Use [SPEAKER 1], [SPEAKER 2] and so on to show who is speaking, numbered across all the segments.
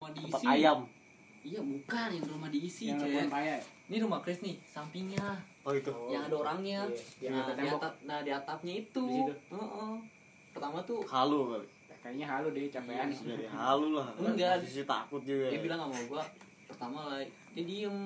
[SPEAKER 1] tempat
[SPEAKER 2] Isi.
[SPEAKER 1] ayam
[SPEAKER 2] Iya bukan yang rumah diisi, Iya,
[SPEAKER 3] yang
[SPEAKER 2] Cek.
[SPEAKER 3] telepon saya
[SPEAKER 2] Ini rumah Chris nih, sampingnya.
[SPEAKER 1] oh itu
[SPEAKER 2] yang ada orangnya.
[SPEAKER 3] Iya, yang
[SPEAKER 2] nah,
[SPEAKER 3] ada
[SPEAKER 2] di
[SPEAKER 3] tembok.
[SPEAKER 2] atap, nah, di atapnya itu.
[SPEAKER 3] Di situ.
[SPEAKER 2] Heeh. Pertama tuh
[SPEAKER 1] halu kali
[SPEAKER 3] kayaknya halu deh capean
[SPEAKER 2] Iya.
[SPEAKER 1] jadi halu lah
[SPEAKER 2] Enggak.
[SPEAKER 1] sisi takut juga
[SPEAKER 4] Iya.
[SPEAKER 2] dia bilang sama gua pertama lah dia diem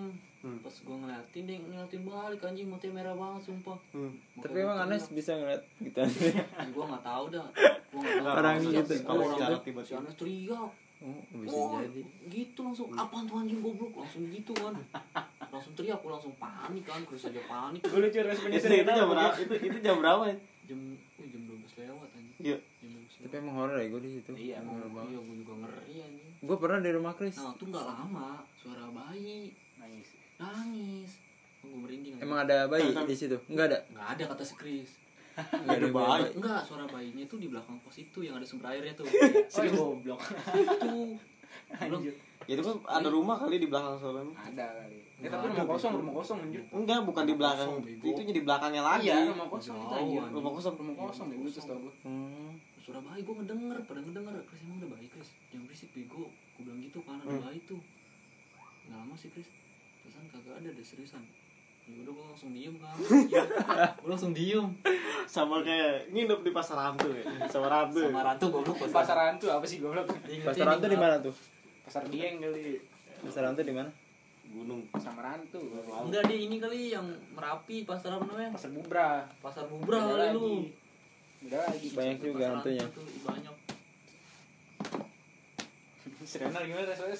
[SPEAKER 1] Hmm.
[SPEAKER 2] pas gua ngeliatin dia ngeliatin balik anjing matanya merah banget sumpah
[SPEAKER 1] Hmm.
[SPEAKER 5] Tapi emang Anas bisa ngeliat gitu aja.
[SPEAKER 2] Ih, Kan gua nggak tahu dah gua nggak tahu
[SPEAKER 5] Orang
[SPEAKER 2] Si-
[SPEAKER 5] gitu.
[SPEAKER 2] si-
[SPEAKER 1] kalau
[SPEAKER 2] orang
[SPEAKER 1] secara
[SPEAKER 2] tuh, si
[SPEAKER 1] tiba-tiba
[SPEAKER 2] Anas teriak
[SPEAKER 5] Oh, bisa
[SPEAKER 2] oh
[SPEAKER 5] jadi.
[SPEAKER 2] gitu langsung apaan tuh anjing goblok langsung gitu kan langsung teriak gua langsung panik kan terus aja panik
[SPEAKER 3] gue lucu responnya
[SPEAKER 1] itu itu jam berapa itu itu jam berapa ya
[SPEAKER 2] jam uh, jam 12 lewat anjing
[SPEAKER 1] Iya.
[SPEAKER 2] jam 12
[SPEAKER 5] Tapi
[SPEAKER 2] lewat.
[SPEAKER 5] emang horor ya gue di situ.
[SPEAKER 2] iya emang
[SPEAKER 5] Horor banget.
[SPEAKER 2] iya gua juga ngeri anjing
[SPEAKER 5] Gue pernah di rumah Chris.
[SPEAKER 2] nah tuh nggak lama suara bayi
[SPEAKER 3] nangis
[SPEAKER 2] nangis Oh, gua merinding anjing.
[SPEAKER 5] Emang ada bayi di situ? Enggak ada.
[SPEAKER 2] nggak ada kata si Chris
[SPEAKER 5] Enggak
[SPEAKER 1] Ada bayi.
[SPEAKER 2] Enggak, suara bayinya tuh di belakang pos itu yang ada sumber airnya tuh.
[SPEAKER 3] oh goblok
[SPEAKER 2] itu. Belum
[SPEAKER 3] Anjir.
[SPEAKER 1] itu kan
[SPEAKER 2] Iya.
[SPEAKER 1] ada rumah kali di belakang soalnya
[SPEAKER 3] ada kali
[SPEAKER 2] Nggak
[SPEAKER 3] ya, tapi
[SPEAKER 2] ada,
[SPEAKER 3] rumah kosong
[SPEAKER 2] Bego.
[SPEAKER 3] rumah kosong anjir
[SPEAKER 1] enggak bukan di belakang
[SPEAKER 2] Kosong, bego.
[SPEAKER 1] itu di belakangnya lagi
[SPEAKER 3] iya rumah kosong itu anjir
[SPEAKER 2] Jauh, anjir.
[SPEAKER 1] rumah kosong
[SPEAKER 3] rumah kosong gitu, deh itu tau gue
[SPEAKER 5] Hmm.
[SPEAKER 2] suara bayi gue ngedenger, pada ngedenger. Chris emang ada bayi Chris. Jangan berisik bego. Gue bilang gitu kan ada
[SPEAKER 1] Hmm.
[SPEAKER 2] bayi tuh. Enggak lama sih Chris. Terusan kagak ada deh seriusan. Ya udah gue langsung diem kan. gue langsung diem.
[SPEAKER 1] sama kayak nginep di pasar hantu ya sama hantu
[SPEAKER 2] Sama
[SPEAKER 4] Iya.
[SPEAKER 2] Ratu goblok pas
[SPEAKER 3] pasar hantu apa sih goblok
[SPEAKER 5] Pasar Rantu di
[SPEAKER 2] ah.
[SPEAKER 5] mana tuh?
[SPEAKER 3] pasar dieng kali
[SPEAKER 5] Pasar Rantu di mana?
[SPEAKER 1] gunung
[SPEAKER 3] pasar hantu
[SPEAKER 2] Oh, Enggak deh ini kali yang Merapi, pasar apa namanya?
[SPEAKER 3] pasar bubra
[SPEAKER 2] Pasar Bubra kali lu.
[SPEAKER 3] beda lagi
[SPEAKER 5] Banyak
[SPEAKER 2] Pasar
[SPEAKER 3] Iya,
[SPEAKER 5] juga hantunya.
[SPEAKER 2] Rantu tuh, Banyak.
[SPEAKER 3] Serena gimana rasanya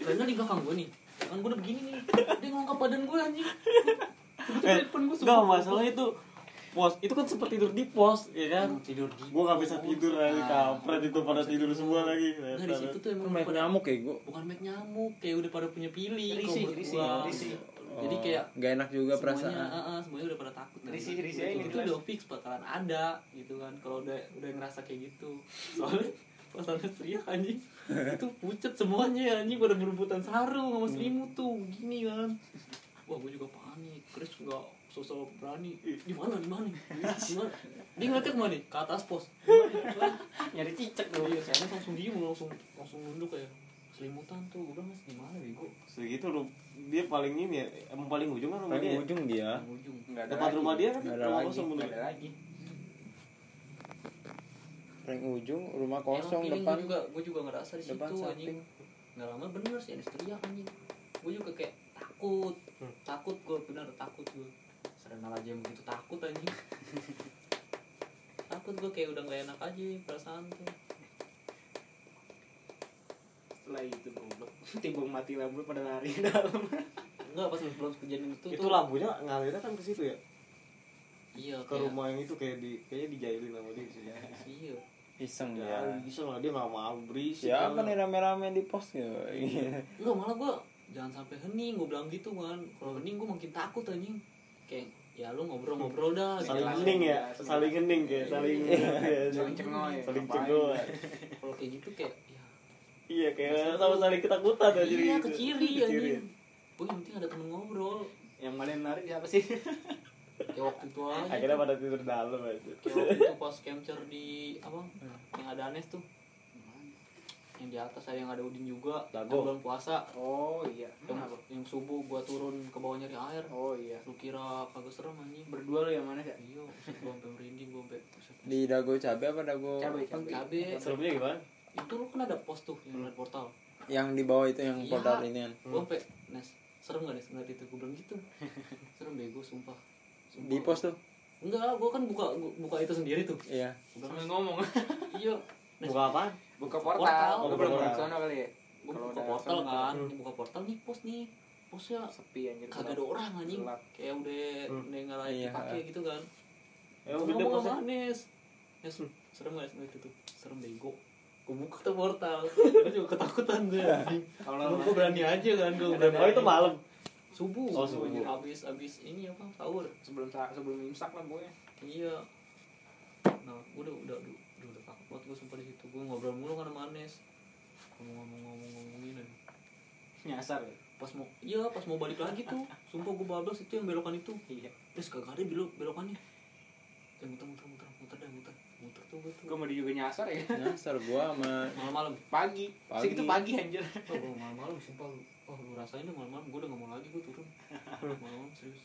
[SPEAKER 2] Karena di belakang gue nih Kan gue udah begini nih Dia ngangkat badan gue anjing Tiba-tiba di depan gue
[SPEAKER 1] enggak masalah itu pos itu kan seperti tidur di pos ya kan
[SPEAKER 2] Tidur di
[SPEAKER 1] gua nggak bisa tidur lagi kampret itu pada tidur semua lagi
[SPEAKER 2] Nah ah. di situ tuh emang
[SPEAKER 5] Rumah
[SPEAKER 2] pada
[SPEAKER 5] nyamuk ya gue.
[SPEAKER 2] Bukan mek nyamuk Kayak udah pada punya pilih
[SPEAKER 3] Risih,
[SPEAKER 2] kalau menurut
[SPEAKER 3] risih,
[SPEAKER 2] gua.
[SPEAKER 3] risih.
[SPEAKER 2] Jadi kayak
[SPEAKER 5] Oh, nggak enak juga
[SPEAKER 2] semuanya,
[SPEAKER 5] perasaan.
[SPEAKER 2] eh, eh, semuanya udah pada takut kan.
[SPEAKER 3] Risih, risih aja gitu. yang
[SPEAKER 2] itu, itu
[SPEAKER 3] jelas.
[SPEAKER 2] udah fix bakalan ada gitu kan kalau udah udah ngerasa kayak gitu soalnya pas anak teriak anjing itu pucet semuanya anjing pada berebutan sarung sama selimut
[SPEAKER 3] Hmm.
[SPEAKER 2] tuh gini kan wah gue juga panik Chris nggak sosok berani Eh, di mana di mana di mana dia ngeliatnya kemana ke atas pos
[SPEAKER 3] nyari cicak
[SPEAKER 2] oh
[SPEAKER 3] dulu
[SPEAKER 2] iya saya langsung diem langsung langsung nunduk kayak selimutan tuh udah mas di mana bego
[SPEAKER 1] segitu lu dia paling ini ya emang paling ujung kan rumah
[SPEAKER 2] Iya.
[SPEAKER 5] Paling
[SPEAKER 1] dia
[SPEAKER 5] ujung dia.
[SPEAKER 2] Yang ujung
[SPEAKER 3] Nggak ada
[SPEAKER 1] depan
[SPEAKER 3] lagi.
[SPEAKER 1] rumah dia kan
[SPEAKER 5] Nggak ada
[SPEAKER 1] rumah
[SPEAKER 5] lagi,
[SPEAKER 1] kosong
[SPEAKER 3] nggak
[SPEAKER 1] bener
[SPEAKER 3] ada lagi
[SPEAKER 5] Paling ujung rumah kosong
[SPEAKER 2] Emang feeling
[SPEAKER 5] depan
[SPEAKER 2] juga gue juga ngerasa di situ
[SPEAKER 5] depan
[SPEAKER 2] anjing
[SPEAKER 5] samping.
[SPEAKER 2] nggak lama bener sih ada teriak anjing gue juga kayak takut
[SPEAKER 1] Hmm.
[SPEAKER 2] takut gue bener takut gue serena aja yang begitu takut anjing takut gue kayak udah gak enak aja perasaan tuh
[SPEAKER 3] setelah itu goblok timbang mati lampu pada lari ke dalam
[SPEAKER 2] enggak pas sebelum kejadian itu
[SPEAKER 1] itu
[SPEAKER 2] tuh
[SPEAKER 1] lampunya ngalirnya kan ke situ ya
[SPEAKER 2] iya
[SPEAKER 1] ke
[SPEAKER 2] kayak-
[SPEAKER 1] rumah yang itu kayak di kayaknya dijailin sama dia sih ya
[SPEAKER 2] iya
[SPEAKER 5] Iseng
[SPEAKER 1] ya
[SPEAKER 5] ya.
[SPEAKER 1] bisa lah dia nggak mau berisik
[SPEAKER 5] Siapa
[SPEAKER 1] lah.
[SPEAKER 5] nih rame-rame di pos gitu?
[SPEAKER 2] enggak malah gue jangan sampai hening gue bilang gitu kan kalau hening gue makin takut anjing kayak ya lu ngobrol-ngobrol dah gitu.
[SPEAKER 1] saling
[SPEAKER 3] Jelasin,
[SPEAKER 1] hening ya
[SPEAKER 3] jelasin.
[SPEAKER 1] saling hening kayak saling iya,
[SPEAKER 3] jangan cengoy
[SPEAKER 1] saling
[SPEAKER 3] ngapain?
[SPEAKER 1] cengol
[SPEAKER 2] kalau kayak gitu kayak ya
[SPEAKER 1] iya kayak sama saling ketakutan aja
[SPEAKER 2] iya
[SPEAKER 1] gitu.
[SPEAKER 2] ke kiri
[SPEAKER 1] kiri.
[SPEAKER 2] anjing gue yang penting ada temen ngobrol
[SPEAKER 3] yang paling lari siapa sih
[SPEAKER 2] kayak waktu itu aja
[SPEAKER 1] akhirnya pada tidur dalam aja
[SPEAKER 2] kayak waktu itu pas capture di apa yang ada Anes tuh yang di atas ada yang ada Udin juga yang
[SPEAKER 1] Dago.
[SPEAKER 2] bulan puasa
[SPEAKER 3] oh iya
[SPEAKER 2] yang, yang subuh gua turun ke bawah nyari air
[SPEAKER 3] oh iya
[SPEAKER 2] lu kira kagak serem anjing
[SPEAKER 3] berdua lu yang mana sih
[SPEAKER 2] iya buset, gua sampai merinding gua sampai buset.
[SPEAKER 5] Di dago cabe apa dago?
[SPEAKER 3] cabai
[SPEAKER 2] Cabe.
[SPEAKER 3] cabai
[SPEAKER 1] seremnya gimana
[SPEAKER 2] itu lu kan ada pos tuh yang liat portal
[SPEAKER 5] Yang di bawah itu yang
[SPEAKER 2] Iya.
[SPEAKER 5] portal ini kan.
[SPEAKER 2] gua sampai Nes serem gak Nes ngeliat itu gua bilang gitu serem bego sumpah Sumpah.
[SPEAKER 5] Di pos tuh.
[SPEAKER 2] enggak gua kan buka buka itu sendiri tuh
[SPEAKER 5] Iya.
[SPEAKER 2] Gua
[SPEAKER 3] sambil
[SPEAKER 2] bilang,
[SPEAKER 3] ngomong
[SPEAKER 2] iya Nes,
[SPEAKER 1] buka apa
[SPEAKER 3] buka
[SPEAKER 2] Portal.
[SPEAKER 3] portal
[SPEAKER 2] Oh,
[SPEAKER 3] lu
[SPEAKER 1] buka
[SPEAKER 3] belum pernah
[SPEAKER 1] portal.
[SPEAKER 3] kesana kali ya
[SPEAKER 2] gua
[SPEAKER 3] Kalau
[SPEAKER 2] buka
[SPEAKER 3] udah
[SPEAKER 2] portal
[SPEAKER 3] serem,
[SPEAKER 2] kan
[SPEAKER 1] hmm.
[SPEAKER 2] buka portal nih pos nih posnya
[SPEAKER 3] sepi anjir
[SPEAKER 2] kagak ada orang anjing
[SPEAKER 3] Gelap.
[SPEAKER 2] kayak udah
[SPEAKER 1] Hmm. Ya,
[SPEAKER 2] udah ngalahin
[SPEAKER 5] Iya.
[SPEAKER 2] dipakai gitu kan
[SPEAKER 1] emang gede
[SPEAKER 2] ngomong
[SPEAKER 1] posnya
[SPEAKER 2] sama Anes Nes
[SPEAKER 1] Hmm.
[SPEAKER 2] serem gak Nes ngeliat itu serem bego gue buka tuh portal gue juga ketakutan gue
[SPEAKER 1] Iya.
[SPEAKER 2] anjing.
[SPEAKER 3] kalau
[SPEAKER 2] Gua gue berani aja kan gue
[SPEAKER 1] Dan oh itu malam.
[SPEAKER 2] subuh
[SPEAKER 1] Oh, subuh.
[SPEAKER 2] Anjir, abis abis ini apa sahur
[SPEAKER 3] sebelum sa- sebelum imsak lah pokoknya
[SPEAKER 2] iya nah gue udah udah udah, udah, udah takut banget gue sumpah di situ gue ngobrol mulu kan sama Anes ngomong-ngomong-ngomong-ngomongin aja
[SPEAKER 3] nyasar ya
[SPEAKER 2] pas mau iya pas mau balik lagi tuh sumpah gue bablas itu yang belokan itu
[SPEAKER 3] iya
[SPEAKER 2] terus kagak ada belok belokannya eh muter muter muter muter dah muter muter tuh gua tuh
[SPEAKER 3] Gue mau juga nyasar ya
[SPEAKER 5] Nyasar gua sama
[SPEAKER 2] malam-malam
[SPEAKER 3] Pagi,
[SPEAKER 5] Pagi.
[SPEAKER 3] segitu pagi anjir
[SPEAKER 2] oh gua malam-malam sumpah lu oh lu rasain deh malam-malam gue udah gak mau lagi gue turun malam-malam serius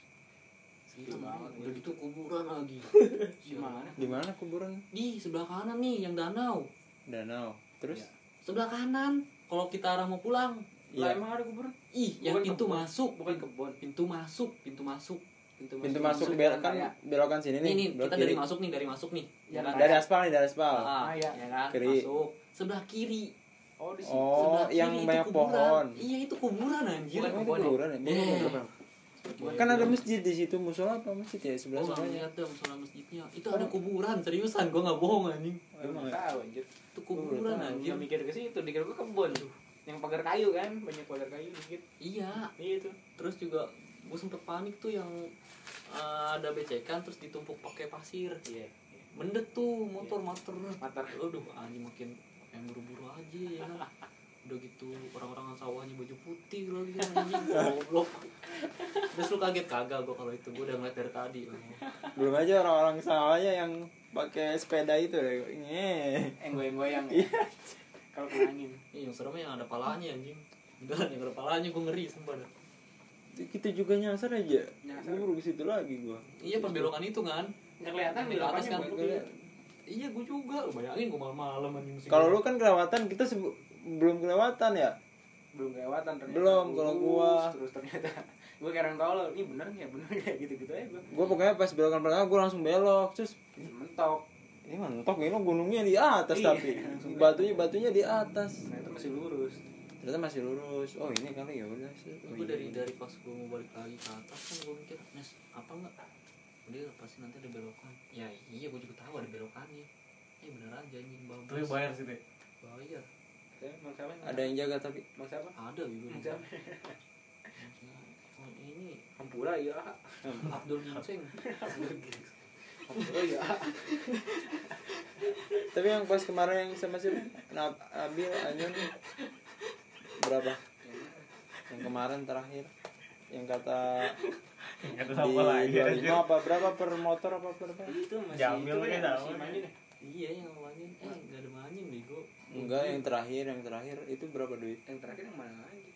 [SPEAKER 2] Gila banget, udah gitu kuburan lagi Gimana?
[SPEAKER 5] di mana kuburan
[SPEAKER 2] Di sebelah kanan nih, yang danau
[SPEAKER 5] danau. Terus
[SPEAKER 2] Sebelah kanan, kalau kita arah mau pulang
[SPEAKER 3] Lah
[SPEAKER 5] Iya.
[SPEAKER 3] emang ada kuburan?
[SPEAKER 2] Ih, yang
[SPEAKER 3] Bukan
[SPEAKER 2] pintu
[SPEAKER 3] kebun.
[SPEAKER 2] masuk
[SPEAKER 3] Bukan kebun
[SPEAKER 2] Pintu masuk, pintu masuk
[SPEAKER 5] pintu masuk
[SPEAKER 3] jalan
[SPEAKER 5] belokan
[SPEAKER 3] raya.
[SPEAKER 5] belokan sini
[SPEAKER 2] Nih,
[SPEAKER 5] nih.
[SPEAKER 2] nih,
[SPEAKER 5] belok
[SPEAKER 2] kita dari
[SPEAKER 5] kiri.
[SPEAKER 2] masuk nih, dari masuk nih
[SPEAKER 3] Jalan
[SPEAKER 2] Jalan.
[SPEAKER 5] Dari aspal nih, dari aspal.
[SPEAKER 2] Ah,
[SPEAKER 3] Ah, iya.
[SPEAKER 2] ya kan?
[SPEAKER 5] Kiri.
[SPEAKER 2] Masuk Sebelah kiri
[SPEAKER 3] Oh di situ
[SPEAKER 5] Oh,
[SPEAKER 2] Sebelah kiri
[SPEAKER 5] yang
[SPEAKER 2] itu
[SPEAKER 5] banyak
[SPEAKER 2] kuburan.
[SPEAKER 5] pohon.
[SPEAKER 2] Iya, itu kuburan Iya. anjir Oh,
[SPEAKER 5] Emang itu kuburan ya? Gua nggak pernah. Kan ada masjid di situ, musola apa masjid ya sebelah Oh.
[SPEAKER 2] Gue gak
[SPEAKER 5] sananya.
[SPEAKER 2] ngeliat tuh musola masjidnya Itu ada kuburan, seriusan, gue gak bohong anjing
[SPEAKER 5] Emang
[SPEAKER 3] Emang
[SPEAKER 5] ya?
[SPEAKER 3] tahu anjir
[SPEAKER 2] Itu kuburan anjir
[SPEAKER 3] Gak mikir ke situ, dikira gue kebun tuh Yang pagar kayu kan, banyak pagar kayu dikit
[SPEAKER 2] Iya,
[SPEAKER 3] Iya tuh
[SPEAKER 2] terus juga gue sempet panik tuh yang eh, ada becekan terus ditumpuk pakai pasir
[SPEAKER 3] Iya
[SPEAKER 2] mendet tuh motor motor
[SPEAKER 3] Matar
[SPEAKER 2] aduh anjing makin yang buru-buru aja ya kan udah gitu orang-orang sawahnya baju putih lagi kan, anjing goblok terus lu kaget kagak gue kalau itu gue udah ngeliat dari tadi Oh.
[SPEAKER 5] Belum aja orang-orang salahnya yang pakai sepeda itu deh. Nye.
[SPEAKER 3] Enggoyang-goyang
[SPEAKER 5] Iya.
[SPEAKER 3] Kalau kena angin
[SPEAKER 2] Ih, Iya, yang seremnya yang ada palanya anjing beneran yang ada palanya gue ngeri sumpah dah.
[SPEAKER 5] Kita juga nyasar aja.
[SPEAKER 3] Nyasar.
[SPEAKER 5] Gue baru ke situ lagi gua.
[SPEAKER 2] iya pas belokan itu kan
[SPEAKER 3] Nggak kelihatan di
[SPEAKER 2] Di atas
[SPEAKER 3] lapangan
[SPEAKER 2] kan.
[SPEAKER 3] buat lu.
[SPEAKER 2] iya gue juga lu bayangin gue malam-malam anjing mesti-
[SPEAKER 5] Kalau lu kan kelewatan, kita sebe- belum kelewatan ya.
[SPEAKER 3] belum kelewatan ternyata
[SPEAKER 5] Belum, kalau gua.
[SPEAKER 3] Lurus, terus ternyata gua kayak orang tolol ini bener nggak bener kayak gitu gitu aja gua
[SPEAKER 5] Gua pokoknya pas belokan pertama gua langsung belok, terus
[SPEAKER 3] mentok
[SPEAKER 5] ini mentok ini gunungnya di atas
[SPEAKER 3] Iya.
[SPEAKER 5] tapi batunya batunya di atas
[SPEAKER 3] ternyata masih lurus
[SPEAKER 5] ternyata masih lurus oh ini kali ya udah sih Oh,
[SPEAKER 2] gue
[SPEAKER 5] iya.
[SPEAKER 2] dari dari pas gue mau balik lagi ke atas kan gue mikir nes apa enggak dia pasti nanti ada belokan ya iya gue juga tahu ada belokannya eh bener aja anjing bagus
[SPEAKER 1] Tapi bayar sih deh.
[SPEAKER 2] bayar
[SPEAKER 3] Saya mau siapa
[SPEAKER 5] ada yang jaga tapi
[SPEAKER 3] mau siapa
[SPEAKER 2] ada gitu
[SPEAKER 3] mau siapa
[SPEAKER 2] oh, ini
[SPEAKER 3] hampura ya
[SPEAKER 2] Abdul Ginseng
[SPEAKER 3] hampura ya
[SPEAKER 5] tapi yang pas kemarin yang sama siapa Nab Nabil Anyun berapa yang kemarin terakhir yang kata
[SPEAKER 1] Enggak ada
[SPEAKER 5] di
[SPEAKER 1] apa lagi anjir.
[SPEAKER 5] 25 apa berapa per motor apa per apa
[SPEAKER 3] itu masih
[SPEAKER 1] Jamil
[SPEAKER 3] itu kan
[SPEAKER 1] kayak
[SPEAKER 3] yang
[SPEAKER 1] tahu.
[SPEAKER 3] masih mainin ya
[SPEAKER 2] iya yang awalnya eh nggak ada manin bego
[SPEAKER 5] enggak yang terakhir yang terakhir itu berapa duit
[SPEAKER 3] yang terakhir yang mana lagi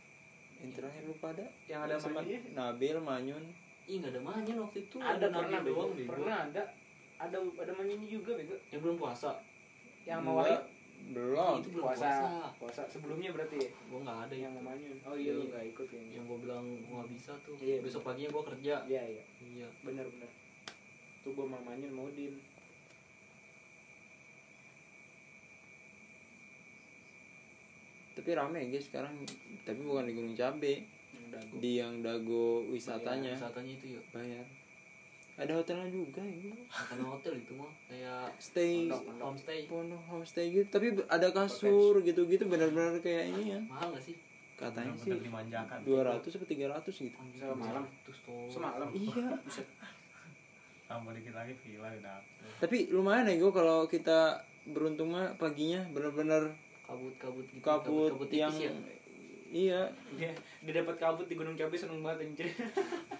[SPEAKER 5] yang terakhir lupa ada
[SPEAKER 3] yang ada sama
[SPEAKER 5] sama
[SPEAKER 3] dia
[SPEAKER 5] Nabil Manyun
[SPEAKER 2] ih Iya, nggak ada manin waktu itu
[SPEAKER 3] ada pernah
[SPEAKER 2] nabi
[SPEAKER 3] bego
[SPEAKER 2] doang bego
[SPEAKER 3] pernah ada ada ada manjini juga bego
[SPEAKER 2] yang belum puasa
[SPEAKER 3] yang mau
[SPEAKER 5] Enggak,
[SPEAKER 3] Wahyu
[SPEAKER 5] belum
[SPEAKER 2] itu belum puasa,
[SPEAKER 3] puasa puasa sebelumnya berarti ya
[SPEAKER 2] gue nggak ada yang
[SPEAKER 3] yang mau manyun oh iya lu nggak ikut
[SPEAKER 2] yang
[SPEAKER 3] yang
[SPEAKER 2] gue bilang gue nggak bisa tuh
[SPEAKER 3] Iya.
[SPEAKER 2] besok paginya gue kerja
[SPEAKER 3] iya iya
[SPEAKER 2] iya
[SPEAKER 3] bener bener tuh gue mamanya mau din
[SPEAKER 5] tapi rame ya guys sekarang tapi bukan di Gunung Cabe
[SPEAKER 3] yang dago
[SPEAKER 5] di yang dago wisatanya
[SPEAKER 2] wisatanya itu ya
[SPEAKER 5] bayar ada hotelnya juga ya
[SPEAKER 2] karena hotel itu mah kayak
[SPEAKER 5] stay
[SPEAKER 3] Pondok.
[SPEAKER 2] homestay
[SPEAKER 5] pondok homestay gitu tapi ada kasur gitu gitu benar-benar kayak ini ya
[SPEAKER 2] mahal gak sih
[SPEAKER 5] katanya sih
[SPEAKER 1] Bener-bener dimanjakan.
[SPEAKER 5] 200 atau 300 gitu
[SPEAKER 3] Semalam.
[SPEAKER 2] terus tuh
[SPEAKER 3] semalam
[SPEAKER 5] iya
[SPEAKER 1] Tambah dikit lagi villa udah.
[SPEAKER 5] tapi lumayan ya gue kalau kita beruntung mah paginya benar-benar
[SPEAKER 2] kabut-kabut gitu
[SPEAKER 5] kabut, yang
[SPEAKER 2] tipis ya
[SPEAKER 5] iya
[SPEAKER 3] dia dia dapat kabut di Gunung Cabe seneng banget anjir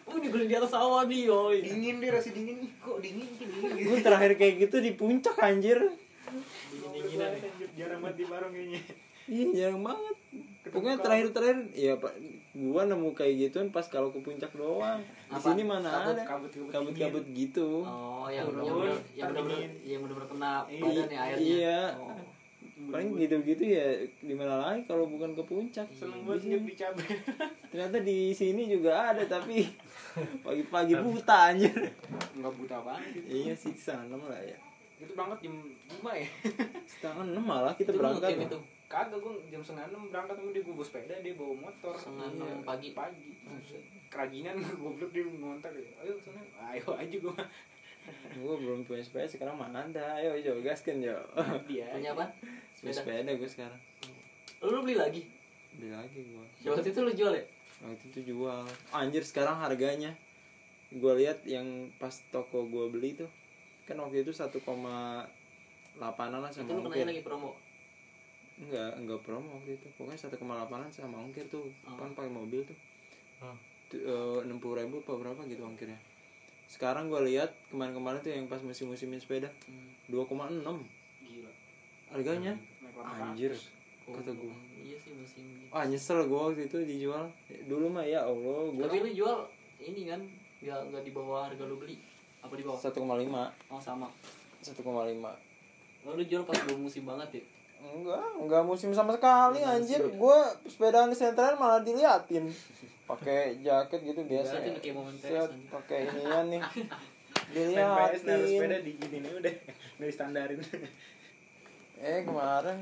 [SPEAKER 2] oh di di atas sawah nih yoi
[SPEAKER 3] dingin dia rasa dingin Ih, kok dingin sih dingin gitu
[SPEAKER 5] gue terakhir kayak gitu di puncak anjir
[SPEAKER 2] dingin dinginan nih
[SPEAKER 3] Anjir, jarang banget di barong kayaknya
[SPEAKER 5] iya jarang banget pokoknya
[SPEAKER 3] Ketemu
[SPEAKER 5] terakhir-terakhir ya pak gue nemu kayak gituan pas kalau ke puncak doang di
[SPEAKER 2] Apa?
[SPEAKER 5] sini mana
[SPEAKER 3] kabut
[SPEAKER 5] ada
[SPEAKER 3] kabut Nah, kabut, kabut
[SPEAKER 5] kabut-kabut gitu
[SPEAKER 2] oh yang yang
[SPEAKER 3] Turun,
[SPEAKER 2] bener- yang bener-bener
[SPEAKER 3] terdingin.
[SPEAKER 2] yang bener-bener kena
[SPEAKER 3] Iya,
[SPEAKER 2] badan ya airnya
[SPEAKER 5] iya.
[SPEAKER 2] Oh.
[SPEAKER 5] paling gitu-gitu ya di mana lagi kalau bukan ke puncak
[SPEAKER 2] Iya.
[SPEAKER 3] seneng
[SPEAKER 5] Di
[SPEAKER 3] banget
[SPEAKER 5] sini.
[SPEAKER 3] ngeliat di Cabe
[SPEAKER 5] ternyata di sini juga ada tapi pagi-pagi buta anjir
[SPEAKER 3] nggak buta banget gitu.
[SPEAKER 5] iya sih setengah enam lah ya
[SPEAKER 3] itu banget jam lima ya
[SPEAKER 5] setengah enam malah kita
[SPEAKER 2] Itu lu
[SPEAKER 5] berangkat
[SPEAKER 2] ngecamp itu
[SPEAKER 3] kagak gue jam setengah enam berangkat sama dia gue bawa sepeda dia bawa motor
[SPEAKER 2] Setengah
[SPEAKER 3] Iya,
[SPEAKER 2] enam pagi.
[SPEAKER 3] pagi Buset. kerajinan gue goblok dia ngontak ayo sana ayo aja gue
[SPEAKER 5] gue belum punya sepeda sekarang mana ada ayo yo gaskan yo
[SPEAKER 3] dia
[SPEAKER 2] punya apa
[SPEAKER 5] punya
[SPEAKER 2] Nah, sepeda
[SPEAKER 5] sepeda gue sekarang
[SPEAKER 2] lu beli lagi
[SPEAKER 5] beli lagi gue
[SPEAKER 2] Ya, waktu itu lu jual ya
[SPEAKER 5] waktu Nah, itu jual anjir sekarang harganya gue lihat yang pas toko gue beli tuh kan waktu itu 1,8 lah
[SPEAKER 2] itu
[SPEAKER 5] sama
[SPEAKER 2] lu kenain
[SPEAKER 5] ongkir
[SPEAKER 2] lagi promo
[SPEAKER 5] enggak enggak promo waktu itu pokoknya 1,8 an sama ongkir tuh
[SPEAKER 2] Oh.
[SPEAKER 5] kan pakai mobil tuh eh,
[SPEAKER 1] Hmm.
[SPEAKER 5] enam puluh ribu apa berapa gitu ongkirnya sekarang gue lihat kemarin-kemarin tuh yang pas musim-musimnya sepeda 2,6 harganya
[SPEAKER 3] naik
[SPEAKER 2] Hmm.
[SPEAKER 3] warna
[SPEAKER 5] anjir kata gue
[SPEAKER 2] iya sih musim gitu.
[SPEAKER 5] ah nyesel gue waktu itu dijual dulu mah ya allah gue
[SPEAKER 2] tapi lu jual ini kan nggak nggak di bawah harga lu beli apa di bawah
[SPEAKER 5] 1,5
[SPEAKER 2] oh sama
[SPEAKER 5] 1,5
[SPEAKER 2] lalu jual pas belum musim banget ya
[SPEAKER 5] enggak enggak musim sama sekali anjir gue sepedaan di senteran malah diliatin pakai jaket gitu biasa
[SPEAKER 2] Berarti
[SPEAKER 5] ya.
[SPEAKER 2] lu kayak momen PS,
[SPEAKER 5] Set,
[SPEAKER 2] anjir.
[SPEAKER 5] pakai inian nih Iya,
[SPEAKER 3] main PS naruh sepeda
[SPEAKER 5] diliatin
[SPEAKER 3] diginiin udah nggak standarin
[SPEAKER 5] eh kemarin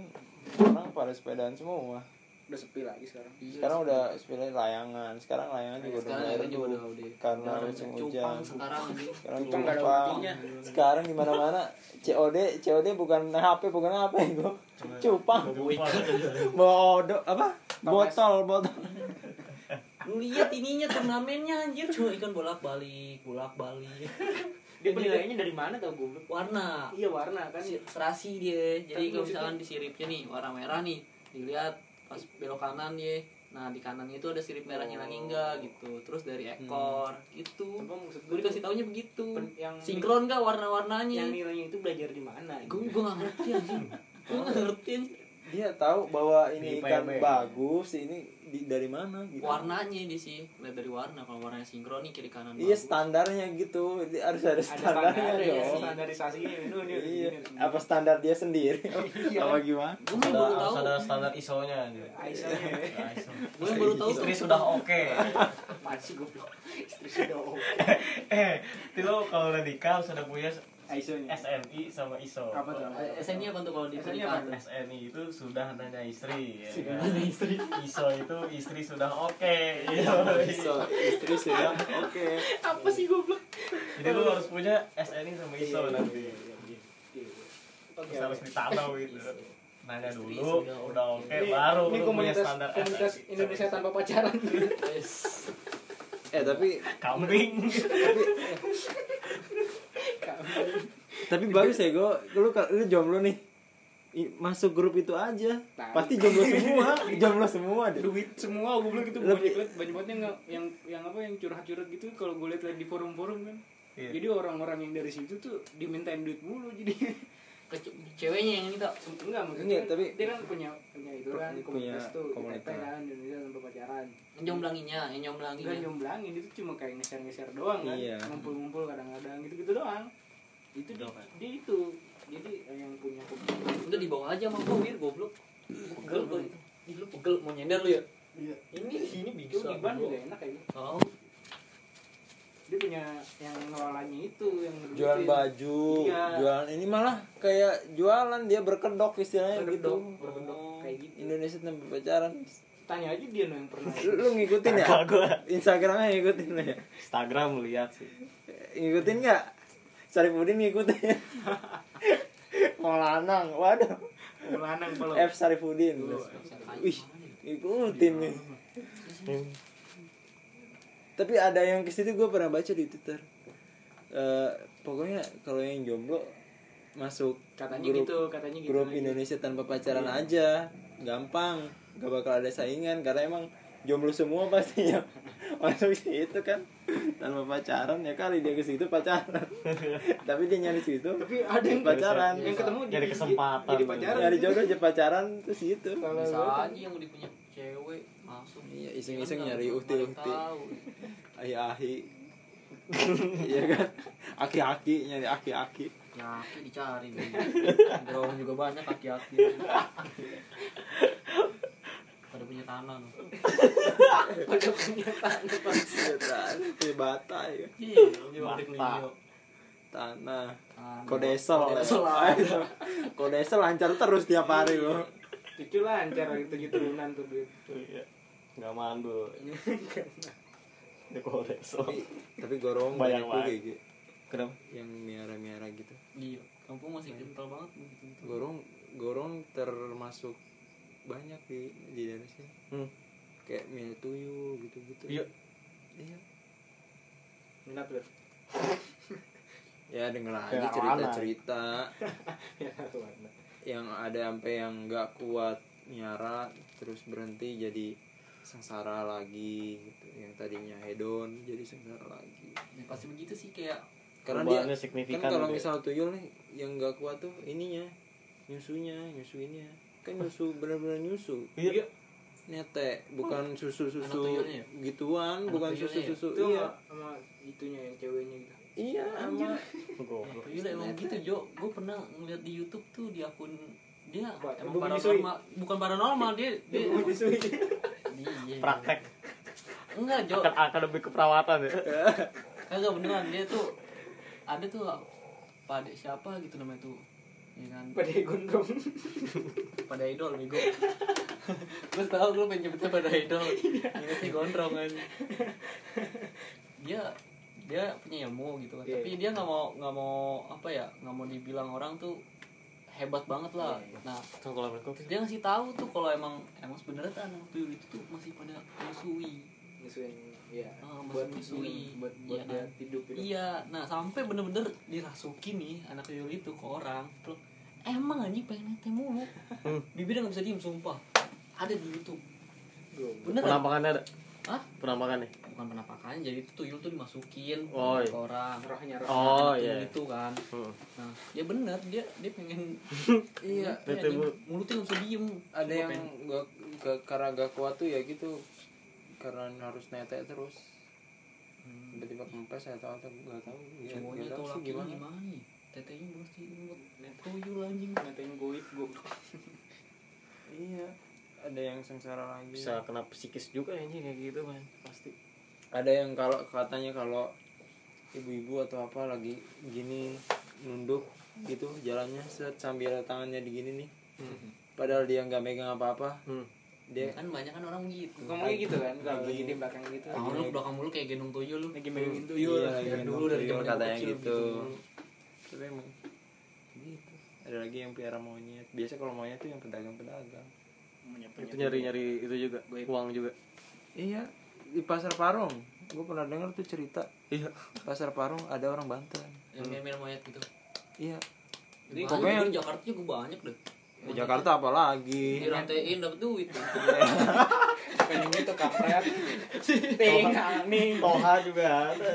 [SPEAKER 5] orang pada sepedaan semua
[SPEAKER 3] udah sepi lagi sekarang
[SPEAKER 2] Iya,
[SPEAKER 5] sekarang udah sepeda layangan sekarang layangan juga udah
[SPEAKER 2] sekarang
[SPEAKER 5] mulai
[SPEAKER 2] harga juga
[SPEAKER 5] redup.
[SPEAKER 2] udah udah
[SPEAKER 5] karena
[SPEAKER 2] udah
[SPEAKER 5] musim
[SPEAKER 2] cupang
[SPEAKER 5] hujan
[SPEAKER 2] sekarang anjing.
[SPEAKER 5] sekarang
[SPEAKER 3] Cupang nggak ada
[SPEAKER 5] cupang.
[SPEAKER 3] hobinya.
[SPEAKER 5] sekarang di mana mana COD COD bukan HP bukan apa gue cupang bodoh apa botol botol
[SPEAKER 2] lu lihat ininya turnamennya anjir cuma ikan bolak balik bolak balik
[SPEAKER 3] dia penilaiannya dari mana tau goblok
[SPEAKER 2] warna
[SPEAKER 3] iya warna kan
[SPEAKER 2] Si- serasi dia jadi
[SPEAKER 3] Tapi
[SPEAKER 2] kalau
[SPEAKER 3] maksudnya-
[SPEAKER 2] misalkan di siripnya nih warna merah nih dilihat pas belok kanan dia nah di kanan itu ada sirip merahnya lagi
[SPEAKER 5] Oh.
[SPEAKER 2] enggak gitu terus dari
[SPEAKER 5] Hmm.
[SPEAKER 2] ekor gitu
[SPEAKER 3] Apa maksud
[SPEAKER 2] gue dikasih taunya begitu
[SPEAKER 3] Pen- yang-
[SPEAKER 2] sinkron gak warna-warnanya
[SPEAKER 3] yang nilainya itu belajar di mana
[SPEAKER 2] gue gue gak ngerti anjing gue gak ngerti anjing.
[SPEAKER 5] dia Iya, tahu bahwa
[SPEAKER 3] Di
[SPEAKER 5] ini ikan
[SPEAKER 3] PMB.
[SPEAKER 5] bagus ini di- dari mana gitu
[SPEAKER 2] warnanya dia sih lihat dari warna kalau warnanya sinkron nih kiri kanan
[SPEAKER 5] iya
[SPEAKER 2] bagus.
[SPEAKER 5] standarnya gitu Dia harus ada
[SPEAKER 3] ada
[SPEAKER 5] standarnya
[SPEAKER 3] standarnya
[SPEAKER 5] dong
[SPEAKER 3] standarisasinya ini ini
[SPEAKER 5] iya apa standar dia sendiri apa gimana
[SPEAKER 2] gue baru
[SPEAKER 4] Harus
[SPEAKER 2] tahu
[SPEAKER 4] ada standar ISO-nya anjir.
[SPEAKER 3] Aisyahnya ya.
[SPEAKER 4] ISO.
[SPEAKER 2] gue baru tahu
[SPEAKER 4] Istri sudah oke.
[SPEAKER 3] masih goblok istri sudah oke
[SPEAKER 4] eh, Tilo kalau udah nikah harus ada punya
[SPEAKER 3] Aisyahnya
[SPEAKER 4] SNI sama ISO.
[SPEAKER 3] apa tuh apa tuh?
[SPEAKER 2] SN-nya apa tuh kalau di
[SPEAKER 3] SN-nya
[SPEAKER 2] pernikahan
[SPEAKER 3] apa?
[SPEAKER 2] tuh?
[SPEAKER 4] SNI itu sudah nanya istri ya.
[SPEAKER 2] Sudah
[SPEAKER 4] kan?
[SPEAKER 2] nanya istri.
[SPEAKER 4] ISO itu istri sudah oke. Iya.
[SPEAKER 5] so istri sudah oke
[SPEAKER 2] apa sih goblok
[SPEAKER 4] Jadi lu harus punya SNI sama ISO nanti.
[SPEAKER 3] Oke,
[SPEAKER 4] Terus harus
[SPEAKER 3] oke.
[SPEAKER 4] ditambah gitu. Nanya
[SPEAKER 2] Istri
[SPEAKER 4] dulu,
[SPEAKER 2] sudah
[SPEAKER 4] udah oke,
[SPEAKER 3] Ini-
[SPEAKER 4] baru
[SPEAKER 3] ini
[SPEAKER 4] lu punya
[SPEAKER 3] komunitas
[SPEAKER 4] standar
[SPEAKER 3] komunitas
[SPEAKER 4] SNI.
[SPEAKER 3] Indonesia tanpa pacaran
[SPEAKER 2] Yes.
[SPEAKER 5] eh tapi
[SPEAKER 4] kambing.
[SPEAKER 5] tapi bagus ya gue lu lu jomblo nih I- masuk grup itu aja
[SPEAKER 3] Tai.
[SPEAKER 5] pasti jomblo semua jomblo semua deh
[SPEAKER 3] duit semua gue bilang gitu
[SPEAKER 5] Lebih-
[SPEAKER 3] banyak banget banyak banget yang nggak- yang yang apa yang curhat-curhat gitu kalau gue lihat di forum-forum kan
[SPEAKER 4] Iya.
[SPEAKER 3] jadi orang-orang yang dari situ tuh dimintain duit mulu jadi
[SPEAKER 2] Ke ce- ceweknya yang minta
[SPEAKER 3] enggak maksudnya
[SPEAKER 5] Enggak, tapi-
[SPEAKER 3] dia kan punya punya itu kan
[SPEAKER 5] Punya
[SPEAKER 3] komunitas tuh
[SPEAKER 5] komunitas.
[SPEAKER 3] ITP kan Indonesia tanpa pacaran
[SPEAKER 2] nyomblanginya yang
[SPEAKER 3] enggak
[SPEAKER 2] nyomblanginya
[SPEAKER 3] nyomblangin itu cuma kayak ngeser-ngeser doang kan
[SPEAKER 5] Iya.
[SPEAKER 3] ngumpul-ngumpul kadang-kadang gitu-gitu doang itu dia, dia itu jadi eh, yang punya komunitas
[SPEAKER 2] udah dibawa aja sama gua wir goblok pegel gua itu Ih, lu pegel mau nyender lu ya
[SPEAKER 3] Iya.
[SPEAKER 2] ini di sini
[SPEAKER 3] itu
[SPEAKER 2] bisa
[SPEAKER 3] Iban juga
[SPEAKER 2] gua.
[SPEAKER 3] enak ya
[SPEAKER 2] oh
[SPEAKER 3] dia punya yang ngelolanya itu yang ngedudukin.
[SPEAKER 5] jualan baju
[SPEAKER 3] Iya.
[SPEAKER 5] jualan ini malah kayak jualan dia berkedok istilahnya
[SPEAKER 3] Berkedok,
[SPEAKER 5] gitu
[SPEAKER 3] berkedok, kayak gitu
[SPEAKER 5] Indonesia tanpa pacaran
[SPEAKER 3] tanya aja dia yang pernah
[SPEAKER 5] lu, lu ngikutin ya
[SPEAKER 4] Kagak gua.
[SPEAKER 5] Instagramnya ngikutin lu ya
[SPEAKER 4] Instagram lihat sih.
[SPEAKER 5] ngikutin nggak Saripudin ngikutin Malanang waduh
[SPEAKER 3] Melanang kalau
[SPEAKER 5] F Saripudin wih ngikutin nih tapi ada yang ke situ gue pernah baca di twitter Eh, pokoknya kalau yang jomblo masuk
[SPEAKER 3] katanya
[SPEAKER 5] grup,
[SPEAKER 3] gitu katanya gitu
[SPEAKER 5] grup
[SPEAKER 3] lagi.
[SPEAKER 5] Indonesia tanpa pacaran aja gampang gak bakal ada saingan karena emang jomblo semua pastinya masuk situ kan tanpa pacaran ya kali dia ke situ pacaran tapi dia nyari situ
[SPEAKER 3] tapi ada yang
[SPEAKER 5] pacaran
[SPEAKER 3] yang ketemu di-
[SPEAKER 4] Jadi kesempatan.
[SPEAKER 3] jadi pacaran gitu.
[SPEAKER 5] nyari jodoh aja pacaran terus gitu
[SPEAKER 3] Kalau
[SPEAKER 2] bisa
[SPEAKER 3] gua-
[SPEAKER 2] aja yang udah punya cewek langsung
[SPEAKER 5] Iya, iseng-iseng
[SPEAKER 2] Kan
[SPEAKER 5] nyari
[SPEAKER 2] nggak
[SPEAKER 5] ukti-ukti.
[SPEAKER 2] tahu.
[SPEAKER 5] ahi ahi iya kan aki-aki nyari aki-aki
[SPEAKER 2] ya itu dicari Bi. dorong juga banyak kaki-kaki pada punya tanah lu.
[SPEAKER 3] pada pernyataan
[SPEAKER 5] Iya, bata ya
[SPEAKER 2] Iya,
[SPEAKER 5] tanah
[SPEAKER 2] Ah, Kodesel Kodesel
[SPEAKER 5] kodesel
[SPEAKER 2] lah.
[SPEAKER 5] ya. kodesel lancar terus tiap hari lo
[SPEAKER 3] cucu lancar gitu gitu turunan tuh duit
[SPEAKER 4] Iya. Enggak mandul. Ya kores.
[SPEAKER 3] Iya.
[SPEAKER 5] tapi gorong
[SPEAKER 4] Bayang
[SPEAKER 5] banyak tuh
[SPEAKER 4] banget.
[SPEAKER 5] kayak gitu
[SPEAKER 4] Kenapa?
[SPEAKER 5] yang miara miara gitu
[SPEAKER 2] Iya, kampung masih kental banget gitu. begitu.
[SPEAKER 5] gorong gorong termasuk banyak di di daerah sini
[SPEAKER 4] Hmm.
[SPEAKER 5] kayak mie tuyul gitu gitu
[SPEAKER 4] Iya.
[SPEAKER 5] iya
[SPEAKER 3] minat tuh
[SPEAKER 5] ya denger aja
[SPEAKER 4] Kayak
[SPEAKER 5] cerita
[SPEAKER 4] anak.
[SPEAKER 5] cerita
[SPEAKER 3] ya satu warna
[SPEAKER 5] yang ada sampai yang nggak kuat miara terus berhenti jadi sengsara lagi gitu. yang tadinya hedon jadi sengsara lagi
[SPEAKER 2] Ya, pasti begitu sih kayak
[SPEAKER 5] karena
[SPEAKER 4] Perubahannya
[SPEAKER 5] dia
[SPEAKER 4] signifikan
[SPEAKER 5] kan kalau
[SPEAKER 4] gitu ya.
[SPEAKER 5] misal tuyul nih yang nggak kuat tuh ininya nyusunya nyusuinnya kan nyusu benar-benar nyusu
[SPEAKER 2] Iya.
[SPEAKER 5] nete bukan
[SPEAKER 2] Oh,
[SPEAKER 5] susu
[SPEAKER 2] Anak
[SPEAKER 5] susu
[SPEAKER 2] tuyulnya ya?
[SPEAKER 5] gituan
[SPEAKER 2] Anak
[SPEAKER 5] bukan
[SPEAKER 2] tuyulnya
[SPEAKER 5] susu
[SPEAKER 2] ya?
[SPEAKER 5] susu
[SPEAKER 3] itu
[SPEAKER 5] iya
[SPEAKER 3] sama, sama itunya yang ceweknya gitu
[SPEAKER 5] iya sama
[SPEAKER 4] Goblok.
[SPEAKER 2] Iya emang gitu Jo, gue pernah ngeliat di YouTube tuh di akun dia
[SPEAKER 3] Apa?
[SPEAKER 2] emang
[SPEAKER 3] Ibu menyusui?
[SPEAKER 2] paranormal, bukan paranormal dia dia
[SPEAKER 3] Ibu menyusui.
[SPEAKER 2] Iya.
[SPEAKER 4] Praktek.
[SPEAKER 2] Enggak Jo,
[SPEAKER 4] Akan Kan akan lebih ke perawatan ya.
[SPEAKER 2] kagak beneran dia tuh ada tuh pada siapa gitu namanya tuh ya kan
[SPEAKER 3] pada gondrong
[SPEAKER 2] pada idol bego gue tau gue pengen nyebutnya pada idol
[SPEAKER 3] Iya.
[SPEAKER 2] ini sih gondrong aja dia dia punya ilmu gitu kan
[SPEAKER 3] Iya,
[SPEAKER 2] tapi dia nggak mau nggak mau apa ya nggak mau dibilang orang tuh hebat banget lah
[SPEAKER 3] Iya,
[SPEAKER 2] nah
[SPEAKER 4] Assalamualaikum.
[SPEAKER 2] dia ngasih tahu tuh kalau emang emang sebenarnya tuh anak tuyul itu tuh masih pada musuhi
[SPEAKER 3] nyusuin ya
[SPEAKER 2] Ah,
[SPEAKER 3] buat
[SPEAKER 2] masuk nyusui.
[SPEAKER 3] nyusuin buat buat
[SPEAKER 2] Iya,
[SPEAKER 3] dia
[SPEAKER 2] kan?
[SPEAKER 3] tidur gitu
[SPEAKER 2] Iya, nah sampai bener-bener dirasuki nih anak tuyul itu ke orang. Terus, Emang anjing pengen nete mulu.
[SPEAKER 4] Hmm.
[SPEAKER 2] Bibirnya nggak bisa diem sumpah. Ada di YouTube.
[SPEAKER 3] Goblok.
[SPEAKER 2] Bener kan?
[SPEAKER 4] Penampakannya ada.
[SPEAKER 2] Hah?
[SPEAKER 4] Penampakannya.
[SPEAKER 2] Bukan penampakan, jadi itu tuyul tuh dimasukin
[SPEAKER 4] Oh, iya.
[SPEAKER 2] ke orang.
[SPEAKER 3] Rohnya, rohnya.
[SPEAKER 2] Anak
[SPEAKER 4] Oh
[SPEAKER 2] tuyul
[SPEAKER 4] iya.
[SPEAKER 2] Itu kan.
[SPEAKER 4] Hmm.
[SPEAKER 2] Nah, dia bener dia dia pengen
[SPEAKER 5] iya
[SPEAKER 2] ya,
[SPEAKER 4] Nete
[SPEAKER 2] dia
[SPEAKER 4] mulu.
[SPEAKER 2] mulutnya nggak bisa diem.
[SPEAKER 5] ada
[SPEAKER 2] Gua
[SPEAKER 5] yang
[SPEAKER 2] pengen-
[SPEAKER 5] gak, gak, karena gak kuat tuh ya gitu karena harus nete terus tiba-tiba kempes atau atau gak tahu ya,
[SPEAKER 2] cowoknya
[SPEAKER 5] gak tahu
[SPEAKER 2] atau
[SPEAKER 5] Hmm.
[SPEAKER 2] lakinya
[SPEAKER 5] sih gimana
[SPEAKER 2] gitu gimana nih? Tetenya mesti mulut tuyul anjing.
[SPEAKER 3] ngatain goib goblok
[SPEAKER 5] iya ada yang sengsara lagi
[SPEAKER 4] Bisa kena psikis juga anjing kayak gitu kan. Pasti.
[SPEAKER 5] ada yang kalau katanya kalau ibu-ibu atau apa lagi gini nunduk gitu jalannya set sambil tangannya digini nih
[SPEAKER 2] Hmm.
[SPEAKER 5] padahal dia nggak megang apa-apa
[SPEAKER 4] Hmm.
[SPEAKER 5] dia
[SPEAKER 2] Kan banyak kan orang gitu.
[SPEAKER 3] ngomongnya gitu kan kalau lagi di belakang gitu
[SPEAKER 4] Iya.
[SPEAKER 2] Tangan lu ke belakang mulu kayak gendong tuyul lu.
[SPEAKER 4] Hmm.
[SPEAKER 3] lagi megangin tuh
[SPEAKER 5] Iya,
[SPEAKER 3] iya.
[SPEAKER 5] lagi
[SPEAKER 2] dari
[SPEAKER 5] minum
[SPEAKER 2] dulu, dari
[SPEAKER 5] tuyul,
[SPEAKER 2] zaman
[SPEAKER 5] katanya
[SPEAKER 2] kecil
[SPEAKER 5] gitu,
[SPEAKER 2] gitu.
[SPEAKER 5] tapi emang gitu ada lagi yang piara monyet biasa kalau monyet tuh yang pedagang-pedagang
[SPEAKER 4] Itu nyari-nyari itu juga. Uang juga.
[SPEAKER 5] iya di pasar Parung gue pernah dengar tuh cerita
[SPEAKER 4] Iya.
[SPEAKER 5] pasar Parung ada orang Banten
[SPEAKER 2] Yang mirip monyet gitu.
[SPEAKER 5] iya
[SPEAKER 2] Banyak,
[SPEAKER 5] pokoknya-
[SPEAKER 2] di Jakarta juga banyak deh.
[SPEAKER 5] di Jakarta apa lagi
[SPEAKER 2] Dirantein dapat duit. Iya,
[SPEAKER 3] pengen itu kampret tengah nih
[SPEAKER 4] Toha juga ada.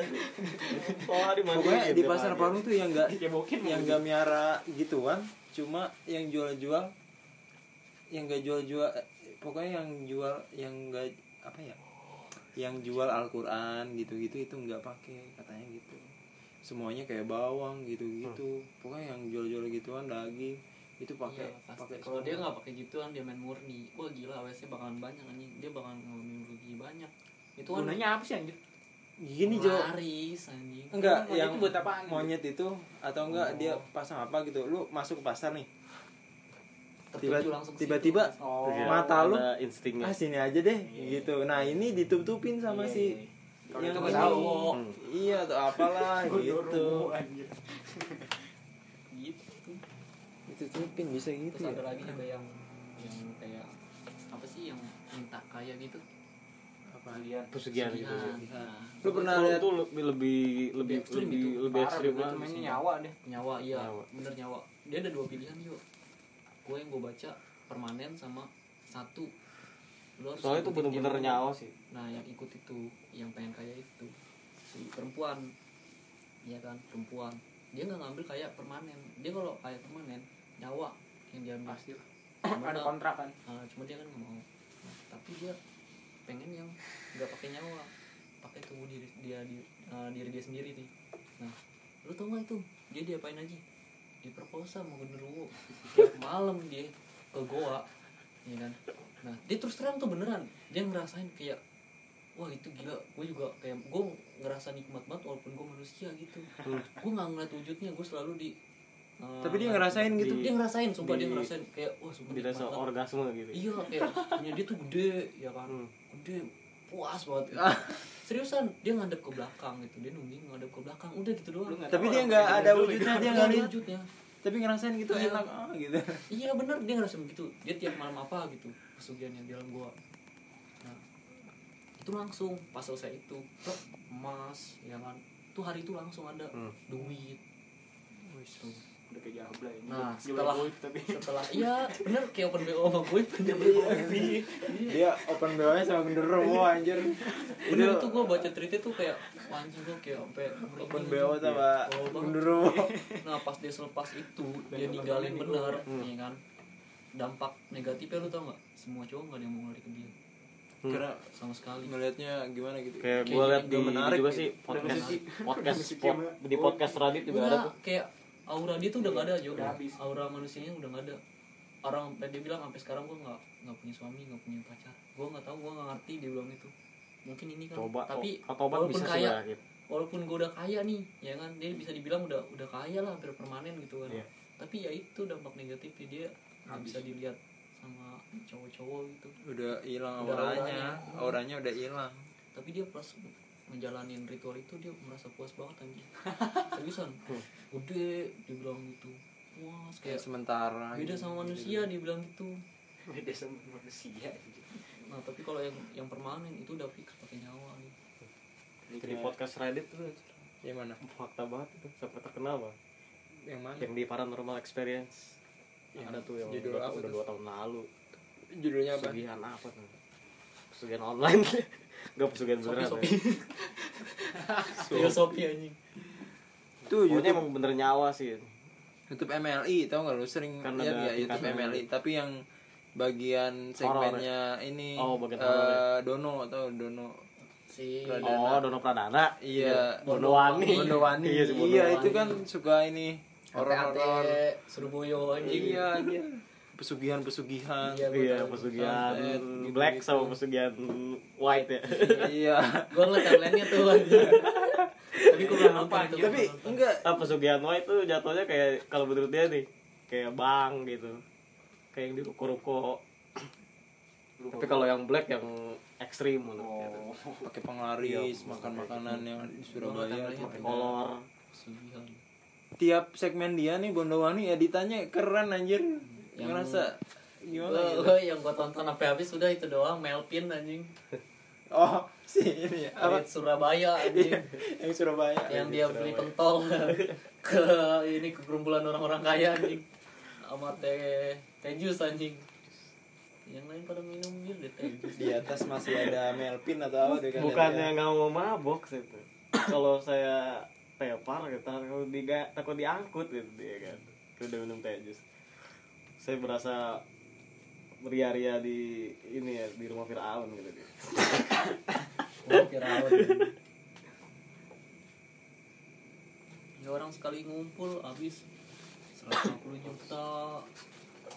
[SPEAKER 4] Toha di mana?
[SPEAKER 2] iya,
[SPEAKER 5] pokoknya di pasar Parung tuh yang nggak
[SPEAKER 2] Ya,
[SPEAKER 3] dicebokin
[SPEAKER 5] yang nggak miara gituan cuma yang jual-jual yang nggak jual-jual eh, pokoknya yang jual yang nggak apa ya yang jual Al-Quran gitu-gitu itu nggak pakai katanya gitu semuanya kayak bawang gitu-gitu pokoknya yang jual-jual gituan daging itu pakai
[SPEAKER 2] Hmm. Iya, pasti.
[SPEAKER 5] pakai
[SPEAKER 2] Kalau
[SPEAKER 5] semua.
[SPEAKER 2] dia nggak pakai gituan dia main murni. Wah gila AWC bakalan banyak anjing. Dia bakalan ngalamin rugi banyak. Itu kan
[SPEAKER 3] gunanya apa sih anjir
[SPEAKER 5] gini Jo
[SPEAKER 2] laris anjing.
[SPEAKER 5] enggak
[SPEAKER 3] Monyet
[SPEAKER 5] yang
[SPEAKER 3] itu buat apaan?
[SPEAKER 2] gitu?
[SPEAKER 5] monyet itu atau enggak dia
[SPEAKER 2] Oh.
[SPEAKER 5] pasang apa gitu lu masuk ke pasar nih
[SPEAKER 2] Tertuju
[SPEAKER 5] Tiba-
[SPEAKER 2] langsung ke
[SPEAKER 5] tiba-tiba
[SPEAKER 2] situ.
[SPEAKER 3] oh
[SPEAKER 5] Mata lu.
[SPEAKER 4] Iya, Ada instingnya.
[SPEAKER 5] ah sini aja deh
[SPEAKER 3] Iya.
[SPEAKER 5] gitu nah ini ditutupin sama
[SPEAKER 3] Iya,
[SPEAKER 5] si
[SPEAKER 3] iya, iya. Kalau itu
[SPEAKER 5] ini.
[SPEAKER 3] gua tahu.
[SPEAKER 4] Hmm.
[SPEAKER 5] iya atau apalah gitu
[SPEAKER 3] Gondoruo, anjir.
[SPEAKER 2] gitu.
[SPEAKER 5] ditutupin bisa gitu
[SPEAKER 2] Terus
[SPEAKER 5] ya
[SPEAKER 2] ada lagi juga yang yang kayak apa sih yang minta kaya gitu?
[SPEAKER 3] Kalian.
[SPEAKER 4] Pesugihan gitu.
[SPEAKER 2] Nah,
[SPEAKER 5] lu pernah
[SPEAKER 4] Kalau
[SPEAKER 5] lihat
[SPEAKER 4] itu le- lebih lebih
[SPEAKER 2] Lebih ekstrim
[SPEAKER 4] lebih
[SPEAKER 2] itu.
[SPEAKER 4] lebih
[SPEAKER 3] Parah,
[SPEAKER 4] ekstrim
[SPEAKER 3] itu
[SPEAKER 4] lagi
[SPEAKER 3] mainnya
[SPEAKER 4] sih.
[SPEAKER 3] nyawa deh
[SPEAKER 2] nyawa iya
[SPEAKER 4] Nyawa.
[SPEAKER 2] bener nyawa dia ada dua pilihan yuk gue yang gue baca permanen sama satu Lo harus
[SPEAKER 4] soalnya itu
[SPEAKER 2] ikutin
[SPEAKER 4] bener-bener
[SPEAKER 2] dia.
[SPEAKER 4] nyawa sih
[SPEAKER 2] nah yang ikut itu yang pengen kaya itu si perempuan iya kan perempuan dia nggak ngambil kaya permanen dia kalau kaya permanen nyawa yang diambil
[SPEAKER 3] pasti lah.
[SPEAKER 2] Cuma
[SPEAKER 3] ada
[SPEAKER 2] dia-
[SPEAKER 3] kontrak kan
[SPEAKER 2] ah, cuma dia kan nggak mau Nah, tapi dia pengen yang nggak pakai nyawa pakai tubuh diri dia di, ah, diri dia sendiri nih nah lu tau nggak itu dia diapain aja diperkosa mau genderuwo tiap malam dia ke goa ya kan nah dia terus terang tuh beneran dia ngerasain kayak wah itu gila gue juga kayak gue ngerasa nikmat banget walaupun gue manusia gitu gue nggak ngeliat wujudnya gue selalu di ah,
[SPEAKER 5] Hmm. tapi dia ngerasain gitu
[SPEAKER 2] dia ngerasain sumpah dia
[SPEAKER 4] di-
[SPEAKER 2] ngerasain kayak wah sumpah nikmat
[SPEAKER 4] tidak
[SPEAKER 2] banget.
[SPEAKER 4] seorgasme gitu
[SPEAKER 2] Iya kayak punya dia tuh gede ya kan.
[SPEAKER 4] Hmm.
[SPEAKER 2] Gede puas banget. Gitu. Seriusan dia ngadep ke belakang gitu. Dia nungging ngadep ke belakang. Udah gitu doang.
[SPEAKER 3] Lu nggak
[SPEAKER 5] tapi
[SPEAKER 3] tahu
[SPEAKER 5] dia
[SPEAKER 3] orang
[SPEAKER 5] nggak
[SPEAKER 3] pakai
[SPEAKER 5] ada
[SPEAKER 3] gondrong,
[SPEAKER 5] wujudnya
[SPEAKER 3] ya.
[SPEAKER 5] dia
[SPEAKER 2] Nggak
[SPEAKER 5] nggak
[SPEAKER 2] ada
[SPEAKER 5] lihat
[SPEAKER 2] wujudnya.
[SPEAKER 5] tapi ngerasain gitu
[SPEAKER 2] Iya.
[SPEAKER 5] enak ah gitu
[SPEAKER 2] Iya bener dia ngerasain begitu. Dia tiap malam apa gitu pesugihan yang di dalam gua. Nah, itu langsung pas selesai itu tuh emas ya kan. Tuh hari itu langsung ada
[SPEAKER 4] Hmm.
[SPEAKER 2] duit. Tuh.
[SPEAKER 3] udah kayak jabla ini
[SPEAKER 2] Nah,
[SPEAKER 3] Jabla
[SPEAKER 2] setelah-
[SPEAKER 3] boy, tapi
[SPEAKER 2] setelah iya bener kayak open bo sama gue bener
[SPEAKER 5] dia open bo nya sama genderuwo wah, anjir
[SPEAKER 2] bener tuh gue baca cerita tuh kayak "Wah, anjing gue kayak sampai
[SPEAKER 5] open bo
[SPEAKER 2] Bawel
[SPEAKER 5] sama
[SPEAKER 2] Iya. banget.
[SPEAKER 5] genderuwo
[SPEAKER 2] "Oh, nah pas dia selepas itu dia ninggalin bener
[SPEAKER 4] Hmm.
[SPEAKER 2] iya kan dampak negatifnya lu tau gak semua cowok gak ada yang mau ngelirik ke dia
[SPEAKER 5] karena
[SPEAKER 2] sama sekali
[SPEAKER 5] ngelihatnya gimana gitu
[SPEAKER 2] Kayak
[SPEAKER 4] kayak gue liat
[SPEAKER 2] gak
[SPEAKER 4] di
[SPEAKER 5] menarik
[SPEAKER 4] juga
[SPEAKER 5] ya.
[SPEAKER 4] sih podcast
[SPEAKER 2] musik-
[SPEAKER 4] podcast pod- di podcast Radit juga ada
[SPEAKER 2] Enggak,
[SPEAKER 4] tuh
[SPEAKER 2] kayak aura dia tuh udah gak ada Jo
[SPEAKER 3] Udah habis.
[SPEAKER 2] aura manusianya udah gak ada orang sampai dia bilang sampai sekarang gue nggak nggak punya suami nggak punya pacar gue nggak tahu gue nggak ngerti dia bilang itu mungkin ini kan
[SPEAKER 4] coba
[SPEAKER 2] tapi
[SPEAKER 4] oh, tobat
[SPEAKER 2] walaupun
[SPEAKER 4] bisa sih
[SPEAKER 2] kaya
[SPEAKER 4] ya gitu.
[SPEAKER 2] walaupun gue udah kaya nih ya kan dia bisa dibilang udah udah kaya lah hampir permanen gitu kan
[SPEAKER 4] Iya.
[SPEAKER 2] tapi ya itu dampak negatifnya dia nggak bisa dilihat sama cowok-cowok gitu
[SPEAKER 5] udah hilang
[SPEAKER 2] Udah
[SPEAKER 5] auranya auranya udah hilang
[SPEAKER 2] tapi dia pas menjalani ritual itu dia merasa puas banget anjing seriusan gede dibilang gitu puas
[SPEAKER 5] kayak
[SPEAKER 2] kayak
[SPEAKER 5] sementara
[SPEAKER 2] beda
[SPEAKER 5] gitu.
[SPEAKER 2] sama manusia dibilang gitu
[SPEAKER 3] beda sama manusia
[SPEAKER 2] nah tapi kalau yang yang permanen itu udah fix pakai nyawa nih
[SPEAKER 4] di podcast Radit tuh
[SPEAKER 5] yang mana
[SPEAKER 4] fakta banget itu sampai terkenal bang
[SPEAKER 5] yang mana
[SPEAKER 4] yang di paranormal experience ada tuh Iya, yang
[SPEAKER 5] judul
[SPEAKER 4] dua-
[SPEAKER 5] apa
[SPEAKER 4] udah
[SPEAKER 5] tuh?
[SPEAKER 4] dua tahun lalu
[SPEAKER 5] judulnya apa
[SPEAKER 4] pesugihan apa tuh pesugihan online nggak pesugihan
[SPEAKER 2] Sopi,
[SPEAKER 4] beneran
[SPEAKER 2] sopi.
[SPEAKER 4] ya.
[SPEAKER 2] filosofi anjing
[SPEAKER 5] tuh
[SPEAKER 4] pokoknya
[SPEAKER 5] YouTube
[SPEAKER 4] emang bener nyawa sih
[SPEAKER 5] YouTube MLI tau gak lu sering
[SPEAKER 4] Kan
[SPEAKER 5] lihat
[SPEAKER 4] ada
[SPEAKER 5] ya YouTube
[SPEAKER 4] tingkatan.
[SPEAKER 5] MLI tapi yang bagian segmennya ini
[SPEAKER 4] Oh, bagian
[SPEAKER 5] eh,
[SPEAKER 4] horor
[SPEAKER 5] Dono atau Dono
[SPEAKER 2] si
[SPEAKER 5] Pradana.
[SPEAKER 4] oh Dono Pradana
[SPEAKER 5] iya
[SPEAKER 4] Bondowani
[SPEAKER 5] Bondowani
[SPEAKER 4] iya
[SPEAKER 5] iya,
[SPEAKER 4] si
[SPEAKER 5] iya
[SPEAKER 4] Bondowani
[SPEAKER 5] itu kan suka ini horor-horor
[SPEAKER 2] Ate-ate, Surabaya anjing
[SPEAKER 5] iya iya pesugihan pesugihan
[SPEAKER 2] Iya, gua
[SPEAKER 4] iya
[SPEAKER 2] tahu.
[SPEAKER 4] pesugihan
[SPEAKER 5] Sunset, gitu-gitu.
[SPEAKER 4] black sama pesugihan white ya
[SPEAKER 5] iya
[SPEAKER 2] gue ngeliat timelinenya tuh anjing. tapi gue belum nonton itu
[SPEAKER 5] tapi enggak
[SPEAKER 4] ah pesugihan white tuh jatuhnya kayak kalau menurut dia nih kayak bang gitu kayak yang di ruko-ruko tapi kalau yang black yang ekstrim menurut dia tuh.
[SPEAKER 5] pakai penglaris makan makanan yang di
[SPEAKER 2] Banget,
[SPEAKER 5] Surabaya
[SPEAKER 4] Iya, pakai
[SPEAKER 5] Pakai kolor.
[SPEAKER 4] kolor
[SPEAKER 2] Pesugihan.
[SPEAKER 5] tiap segmen dia nih Bondowani editannya keren anjir
[SPEAKER 2] Yang-
[SPEAKER 5] ngerasa gimana
[SPEAKER 2] Gua-
[SPEAKER 5] gitu
[SPEAKER 2] gua yang gue tonton sampai habis udah itu doang Melpin anjing
[SPEAKER 5] oh si ini apa
[SPEAKER 2] Dari Surabaya anjing
[SPEAKER 5] Iya. yang Surabaya
[SPEAKER 2] yang dia beli pentol ke ini ke gerombolan orang-orang kaya anjing sama teh teh jus anjing yang lain pada minum bir deh teh jus
[SPEAKER 5] di atas masih ada Melvin atau apa tuh kan
[SPEAKER 4] bukannya nggak mau mabok sih itu kalau saya tepar gitu takut diga takut diangkut gitu dia kan udah minum teh jus saya berasa beria-ria di ini ya di rumah Firaun gitu dia
[SPEAKER 2] oh kirawan ya orang sekali ngumpul habis 150 juta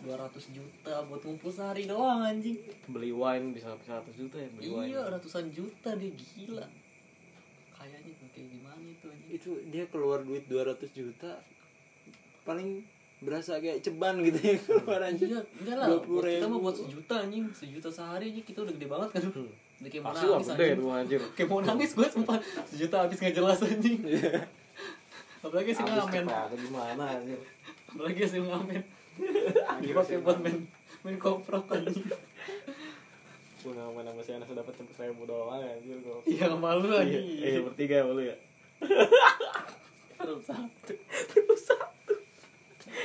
[SPEAKER 2] 200 juta buat ngumpul sehari doang anjing
[SPEAKER 4] beli wine bisa sampai 100 juta ya beli wine
[SPEAKER 2] iya ratusan juta dia gila kayaknya kayak gimana itu anjing
[SPEAKER 5] itu dia keluar duit 200 juta paling berasa kayak ceban gitu ya keluar anjir
[SPEAKER 2] Iya, enggak lah.
[SPEAKER 5] 20.000.
[SPEAKER 2] Buat kita mah buat sejuta anjing, sejuta sehari aja kita udah gede banget kan. Udah kayak mau
[SPEAKER 4] Hmm. pasti lah
[SPEAKER 2] nangis
[SPEAKER 4] gede
[SPEAKER 2] anjing.
[SPEAKER 4] tuh anjir
[SPEAKER 2] Kayak mau nangis gue sempat sejuta habis nggak jelas anjing. Apalagi sih
[SPEAKER 4] Iya. habis
[SPEAKER 2] ngamen,
[SPEAKER 4] kepala gimana anjir
[SPEAKER 2] apalagi sih ngamen. Dipakai buat main main koprok anjing.
[SPEAKER 4] gue ngamen sama si anak dapat tempat saya doang anjir gua
[SPEAKER 2] Iya malu
[SPEAKER 4] iya iya,
[SPEAKER 2] anjing.
[SPEAKER 4] bertiga ya lu ya
[SPEAKER 2] Terus satu.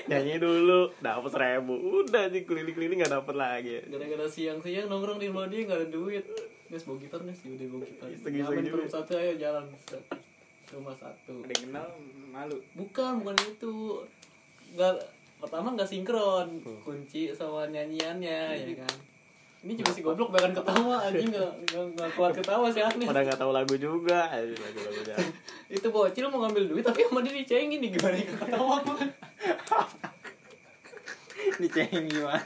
[SPEAKER 4] nyanyi dulu dapat seribu udah anjing keliling-keliling nggak dapat lagi
[SPEAKER 2] Gara-gara siang-siang nongkrong di rumah dia nggak ada duit. Nes bawa gitar nes ya udah bawa gitar.
[SPEAKER 4] Iseng-iseng
[SPEAKER 2] Ngamen ke
[SPEAKER 4] Iya, juga.
[SPEAKER 2] rumah satu ayo jalan. Set. Ke Rumah satu.
[SPEAKER 3] ada yang kenal malu
[SPEAKER 2] Bukan, bukan itu. Nggak, pertama nggak sinkron
[SPEAKER 4] Hmm.
[SPEAKER 2] kunci sama nyanyiannya
[SPEAKER 4] Iya.
[SPEAKER 2] ya kan. Ini juga si goblok bahkan ketawa anjing nggak nggak- nggak kuat ketawa si Agnes.
[SPEAKER 4] pada nggak tahu lagu juga aja lagu-lagunya
[SPEAKER 2] Itu bocil mau ngambil duit tapi sama dia dicengin nih gimana yang ketawa kan.
[SPEAKER 5] dicengin gimana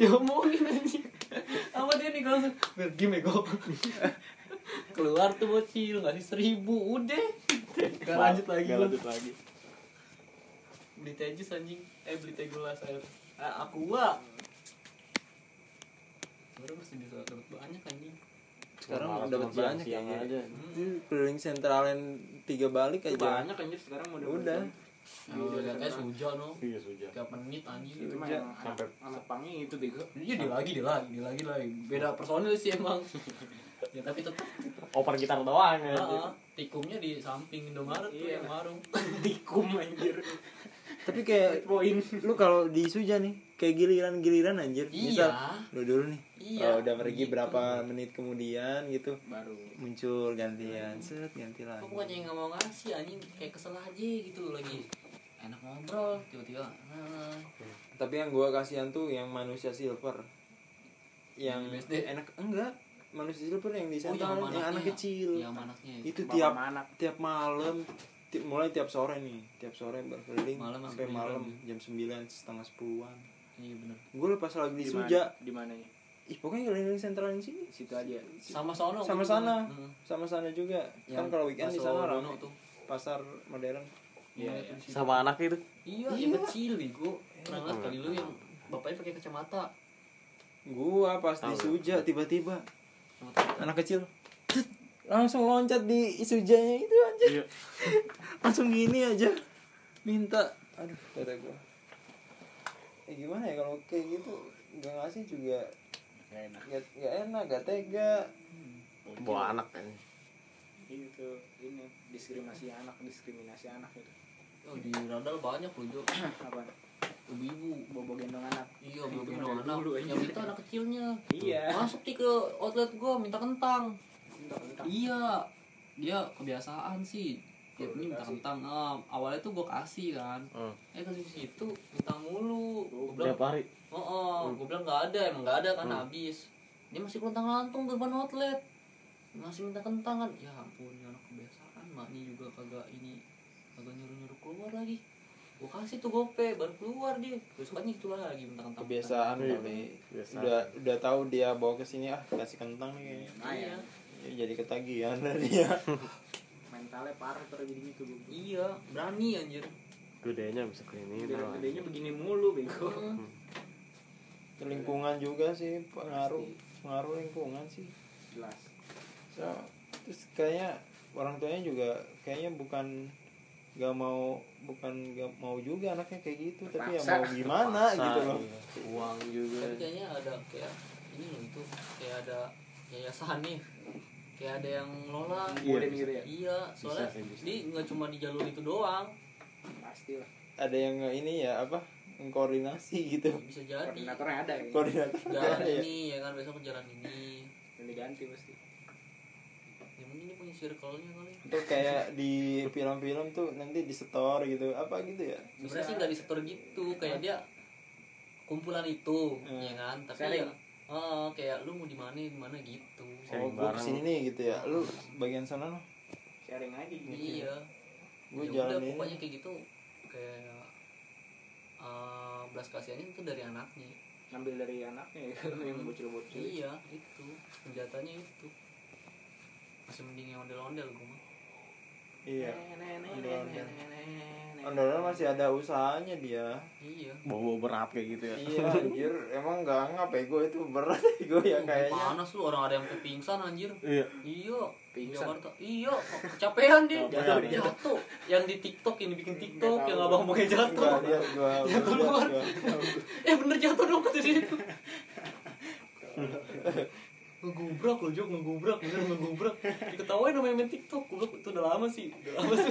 [SPEAKER 2] Ya, Diomongin anjing. Sama dia nih gua langsung pergi mego. Keluar tuh bocil ngasih seribu udah. Gak lanjut lagi.
[SPEAKER 4] Nggak lanjut lagi
[SPEAKER 2] Beli teh jus anjing. Eh beli teh gelas air.
[SPEAKER 5] Eh,
[SPEAKER 2] Ah, aku wah. Baru masih bisa dapat banyak anjing.
[SPEAKER 5] sekarang
[SPEAKER 4] Malah
[SPEAKER 5] dapat
[SPEAKER 4] cuma
[SPEAKER 5] banyak ya
[SPEAKER 4] siang-siang aja.
[SPEAKER 5] Itu Hmm, keliling sentralin tiga balik
[SPEAKER 3] itu
[SPEAKER 5] aja
[SPEAKER 3] banyak anjir sekarang udah
[SPEAKER 5] udah
[SPEAKER 2] Oh, udah kayak hujan no.
[SPEAKER 4] Iya sudah.
[SPEAKER 2] Tiap menit anjing.
[SPEAKER 3] itu mah
[SPEAKER 5] Udah.
[SPEAKER 3] yang anak,
[SPEAKER 4] Sampai-
[SPEAKER 3] anak pangi itu bego
[SPEAKER 2] Iya dia lagi dia lagi dia lagi dia lagi. Beda personil sih emang. ya tapi tetap
[SPEAKER 4] Oper gitar doang ya.
[SPEAKER 2] ah, ah, tikumnya di samping Indomaret tuh
[SPEAKER 3] Iya.
[SPEAKER 2] yang warung.
[SPEAKER 3] tikum anjir
[SPEAKER 5] tapi kayak lu kalau di Suja nih kayak giliran-giliran anjir misal lu dulu nih
[SPEAKER 2] Iya,
[SPEAKER 5] oh, udah pergi berapa menit kemudian gitu
[SPEAKER 3] baru
[SPEAKER 5] muncul gantian set ganti
[SPEAKER 2] Kok
[SPEAKER 5] lagi
[SPEAKER 2] bukannya yang nggak mau ngasih anjing kayak kesel aja gitu lagi enak ngobrol tiba-tiba "Ah,
[SPEAKER 5] tapi yang gua kasihan tuh yang manusia silver yang
[SPEAKER 2] USD?
[SPEAKER 5] enak enggak manusia silver yang di
[SPEAKER 2] Oh,
[SPEAKER 5] Sental, yang, anak kecil
[SPEAKER 2] Iya, sama anaknya.
[SPEAKER 5] itu
[SPEAKER 3] Bapak
[SPEAKER 5] tiap
[SPEAKER 3] sama anak.
[SPEAKER 5] tiap malam ti- mulai tiap sore nih tiap sore berkeliling
[SPEAKER 2] Malam
[SPEAKER 5] sampai
[SPEAKER 2] sampai
[SPEAKER 5] malam jam 9 setengah 10-an
[SPEAKER 2] Iya bener.
[SPEAKER 5] gue lepas lagi di
[SPEAKER 3] Di mana-
[SPEAKER 5] Suja
[SPEAKER 3] di mananya
[SPEAKER 5] ih pokoknya keliling sentralan sini
[SPEAKER 3] situ aja Iya,
[SPEAKER 2] Sama sono.
[SPEAKER 5] Sama
[SPEAKER 2] gua
[SPEAKER 5] sana.
[SPEAKER 2] juga. Heeh.
[SPEAKER 5] sama sana juga
[SPEAKER 2] Yang
[SPEAKER 5] kan kalau weekend di sana
[SPEAKER 2] Paso
[SPEAKER 5] ramai
[SPEAKER 2] Dono tuh.
[SPEAKER 5] pasar modern
[SPEAKER 3] iya
[SPEAKER 2] Iya,
[SPEAKER 3] iya.
[SPEAKER 4] sama anaknya itu
[SPEAKER 2] Iya,
[SPEAKER 5] Iya.
[SPEAKER 2] yang kecil bego. Pernah ngeliat kali lu yang bapaknya pakai kacamata.
[SPEAKER 5] gua pas di
[SPEAKER 4] Tahu.
[SPEAKER 5] Suja tiba-tiba
[SPEAKER 2] Kacamata.
[SPEAKER 5] anak kecil cet, langsung loncat di Sujanya itu aja
[SPEAKER 4] Iya.
[SPEAKER 5] langsung gini aja minta aduh kata gua eh gimana ya kalau kayak gitu nggak ngasih juga
[SPEAKER 3] Gak enak
[SPEAKER 5] nggak nggak enak nggak tega
[SPEAKER 4] bawa anak kan
[SPEAKER 3] itu ini diskriminasi anak diskriminasi anak itu
[SPEAKER 2] Oh, di radal banyak lu, Jo.
[SPEAKER 3] apa
[SPEAKER 2] Ibu-ibu.
[SPEAKER 3] bobo gendong anak
[SPEAKER 2] Iya, bener anak. Yang minta anak kecilnya.
[SPEAKER 5] Eh.
[SPEAKER 3] iya
[SPEAKER 2] Masuk nih ke outlet gua minta kentang.
[SPEAKER 3] Bentar-bentar.
[SPEAKER 2] Iya, dia kebiasaan sih. Tiap ini minta kentang.
[SPEAKER 3] Kebiasaan.
[SPEAKER 2] Ah, awalnya tuh gue kasih kan.
[SPEAKER 4] Hmm.
[SPEAKER 2] Eh ke situ kentang mulu. Gue bilang,
[SPEAKER 4] tiap hari
[SPEAKER 2] oh, oh.
[SPEAKER 4] Hmm.
[SPEAKER 2] gue bilang nggak ada, emang nggak ada kan habis. Dia masih kentang lantung ke depan outlet. Masih minta kentang kan. Ya ampun, ini anak kebiasaan. Maknya juga kagak ini kagak nyuruh nyuruh keluar lagi. Gue kasih tuh gope, baru keluar dia. Besoknya itu lagi minta kentang.
[SPEAKER 5] kebiasaan
[SPEAKER 4] Iya.
[SPEAKER 5] kali
[SPEAKER 4] Kebiasaan.
[SPEAKER 5] udah udah tahu dia bawa ke sini ah kasih kentang nih kayaknya.
[SPEAKER 2] Iya,
[SPEAKER 5] Ya, jadi ketagihan ya. lah dia
[SPEAKER 3] mentalnya parah terus jadinya tuh bobo
[SPEAKER 2] iya, berani anjir.
[SPEAKER 4] gedenya bisa kriminal
[SPEAKER 3] Gede- gedenya begini mulu bego
[SPEAKER 2] Hmm.
[SPEAKER 5] lingkungan juga sih pengaruh pengaruh lingkungan sih
[SPEAKER 3] jelas
[SPEAKER 5] so, terus kayaknya orang tuanya juga kayaknya bukan gak mau bukan gak mau juga anaknya kayak gitu tapi ya
[SPEAKER 3] Terpaksa.
[SPEAKER 5] mau gimana
[SPEAKER 4] Paksa,
[SPEAKER 5] gitu loh
[SPEAKER 4] iya. uang juga
[SPEAKER 2] Tapi kayaknya ada kayak ini loh itu kayak ada yayasan nih kayak ada yang ngelola
[SPEAKER 3] modern gitu ya
[SPEAKER 2] iya soalnya
[SPEAKER 4] Bisa sih, bisa.
[SPEAKER 2] di nggak cuma di jalur itu doang
[SPEAKER 3] pasti lah
[SPEAKER 5] ada yang ini ya apa koordinasi gitu
[SPEAKER 2] bisa jadi
[SPEAKER 3] koordinatornya ada ya
[SPEAKER 5] koordinator
[SPEAKER 2] jalan
[SPEAKER 5] ya.
[SPEAKER 2] Iya. ini ya kan besok jalan ini
[SPEAKER 3] yang diganti pasti
[SPEAKER 2] ya mungkin ini punya circle-nya kali
[SPEAKER 5] tuh kayak di film-film tuh nanti disetor gitu apa gitu ya
[SPEAKER 2] sebenarnya sih nggak disetor gitu kayak dia kumpulan itu
[SPEAKER 5] Hmm.
[SPEAKER 2] ya kan tapi
[SPEAKER 3] Sharing.
[SPEAKER 2] ya, eh, kayak lu mau di mana di mana gitu
[SPEAKER 5] oh
[SPEAKER 4] Sharing
[SPEAKER 5] gue
[SPEAKER 4] barang.
[SPEAKER 5] kesini nih gitu ya lu bagian sana loh
[SPEAKER 3] sharing aja gitu
[SPEAKER 2] iya
[SPEAKER 5] gue
[SPEAKER 2] Ya
[SPEAKER 5] jalan
[SPEAKER 2] udah,
[SPEAKER 5] ini
[SPEAKER 2] pokoknya kayak gitu kayak eh, belas kasihannya itu dari anaknya
[SPEAKER 3] ngambil dari anaknya ya kan yang bocil-bocil
[SPEAKER 2] Iya, itu. Senjatanya itu. Masih mending yang ondel-ondel gue mah.
[SPEAKER 5] iya Ondel-ondel.
[SPEAKER 3] Ondel-ondel.
[SPEAKER 5] Ondel masih ada usahanya dia.
[SPEAKER 2] Iya.
[SPEAKER 4] bawa berat kayak gitu ya
[SPEAKER 5] Iya anjir, emang gak ngap ego itu berat ego
[SPEAKER 2] Oh,
[SPEAKER 5] ya kayaknya.
[SPEAKER 2] Panas lu orang ada yang kepingsan anjir.
[SPEAKER 4] iya
[SPEAKER 2] Iya.
[SPEAKER 3] Pingsan.
[SPEAKER 2] Jakarta. Iya, kok kecapean dia.
[SPEAKER 4] Kecapean,
[SPEAKER 2] Jatuh,
[SPEAKER 4] iya.
[SPEAKER 2] jatuh. Yang di TikTok yang bikin TikTok
[SPEAKER 3] Iya, Nggak
[SPEAKER 2] yang
[SPEAKER 3] tahu.
[SPEAKER 2] abang-abangnya
[SPEAKER 5] Enggak
[SPEAKER 2] jatuh.
[SPEAKER 5] lihat gua.
[SPEAKER 3] Iya,
[SPEAKER 2] Ya,
[SPEAKER 5] gua
[SPEAKER 2] keluar.
[SPEAKER 5] lihat gua.
[SPEAKER 2] Eh bener jatuh dong kata dia itu. ngegubrak lo Jok, ngegubrak, bener ngegubrak Diketawain sama yang main TikTok, goblok itu udah lama sih Udah lama sih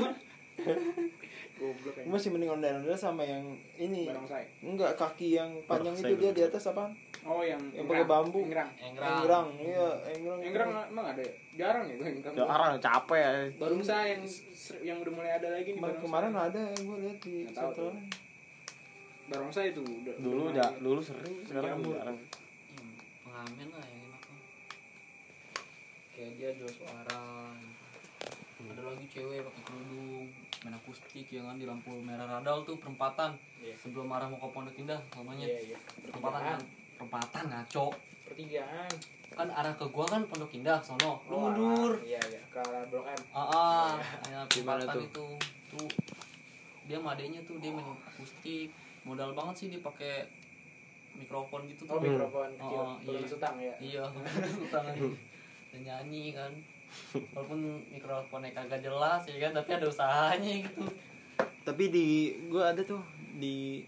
[SPEAKER 3] Goblok ya.
[SPEAKER 5] Gua Masih mending ondel-ondel sama yang ini.
[SPEAKER 3] Barongsai.
[SPEAKER 5] Enggak kaki yang panjang
[SPEAKER 4] Barongsai
[SPEAKER 5] itu dia
[SPEAKER 4] bener.
[SPEAKER 5] di atas apa?
[SPEAKER 3] Oh yang
[SPEAKER 5] Yang pakai bambu.
[SPEAKER 3] Enggrang.
[SPEAKER 2] Engrang
[SPEAKER 5] Enggrang. Iya, enggrang.
[SPEAKER 3] Enggrang emang ada ya? Jarang ya gue enggrang.
[SPEAKER 4] udah arah capek ya
[SPEAKER 3] Barongsai yang ser- yang udah mulai ada lagi nih.
[SPEAKER 5] Kemarin,
[SPEAKER 3] barongsai.
[SPEAKER 5] kemarin ada yang gua lihat di
[SPEAKER 3] Nggak tahu
[SPEAKER 5] central.
[SPEAKER 3] tuh. barongsai itu udah
[SPEAKER 4] dulu
[SPEAKER 3] udah
[SPEAKER 4] ja,
[SPEAKER 3] mulai.
[SPEAKER 4] dulu sering sekarang
[SPEAKER 3] Jamur.
[SPEAKER 4] jarang
[SPEAKER 2] Hmm, pengamen lah yang enak lah. kayak dia jual suara gitu. ada lagi cewek pakai kerudung main akustik ya kan di lampu merah radal tuh perempatan
[SPEAKER 3] Iya.
[SPEAKER 2] sebelum arah mau ke pondok indah namanya
[SPEAKER 3] Iya iya.
[SPEAKER 2] perempatan kan
[SPEAKER 3] Pertigaan.
[SPEAKER 2] perempatan ngaco
[SPEAKER 3] Pertigaan.
[SPEAKER 2] kan arah ke gua kan pondok indah sono lu
[SPEAKER 3] Oh,
[SPEAKER 2] mundur
[SPEAKER 3] alah. Iya iya. Ke arah Blok M.
[SPEAKER 2] ah, ah ya,
[SPEAKER 5] Gimana
[SPEAKER 2] perempatan
[SPEAKER 5] tuh?
[SPEAKER 2] itu tuh dia sama adeknya tuh dia main akustik modal banget sih dia pakai mikrofon gitu
[SPEAKER 3] Oh
[SPEAKER 2] tuh
[SPEAKER 3] mikrofon kecil.
[SPEAKER 2] Oh,
[SPEAKER 3] Belum
[SPEAKER 2] iya.
[SPEAKER 3] setang ya.
[SPEAKER 2] Iya, tangan dan nyanyi kan. Walaupun mikrofonnya kagak jelas ya kan, tapi ada usahanya gitu.
[SPEAKER 5] Tapi di gua ada tuh di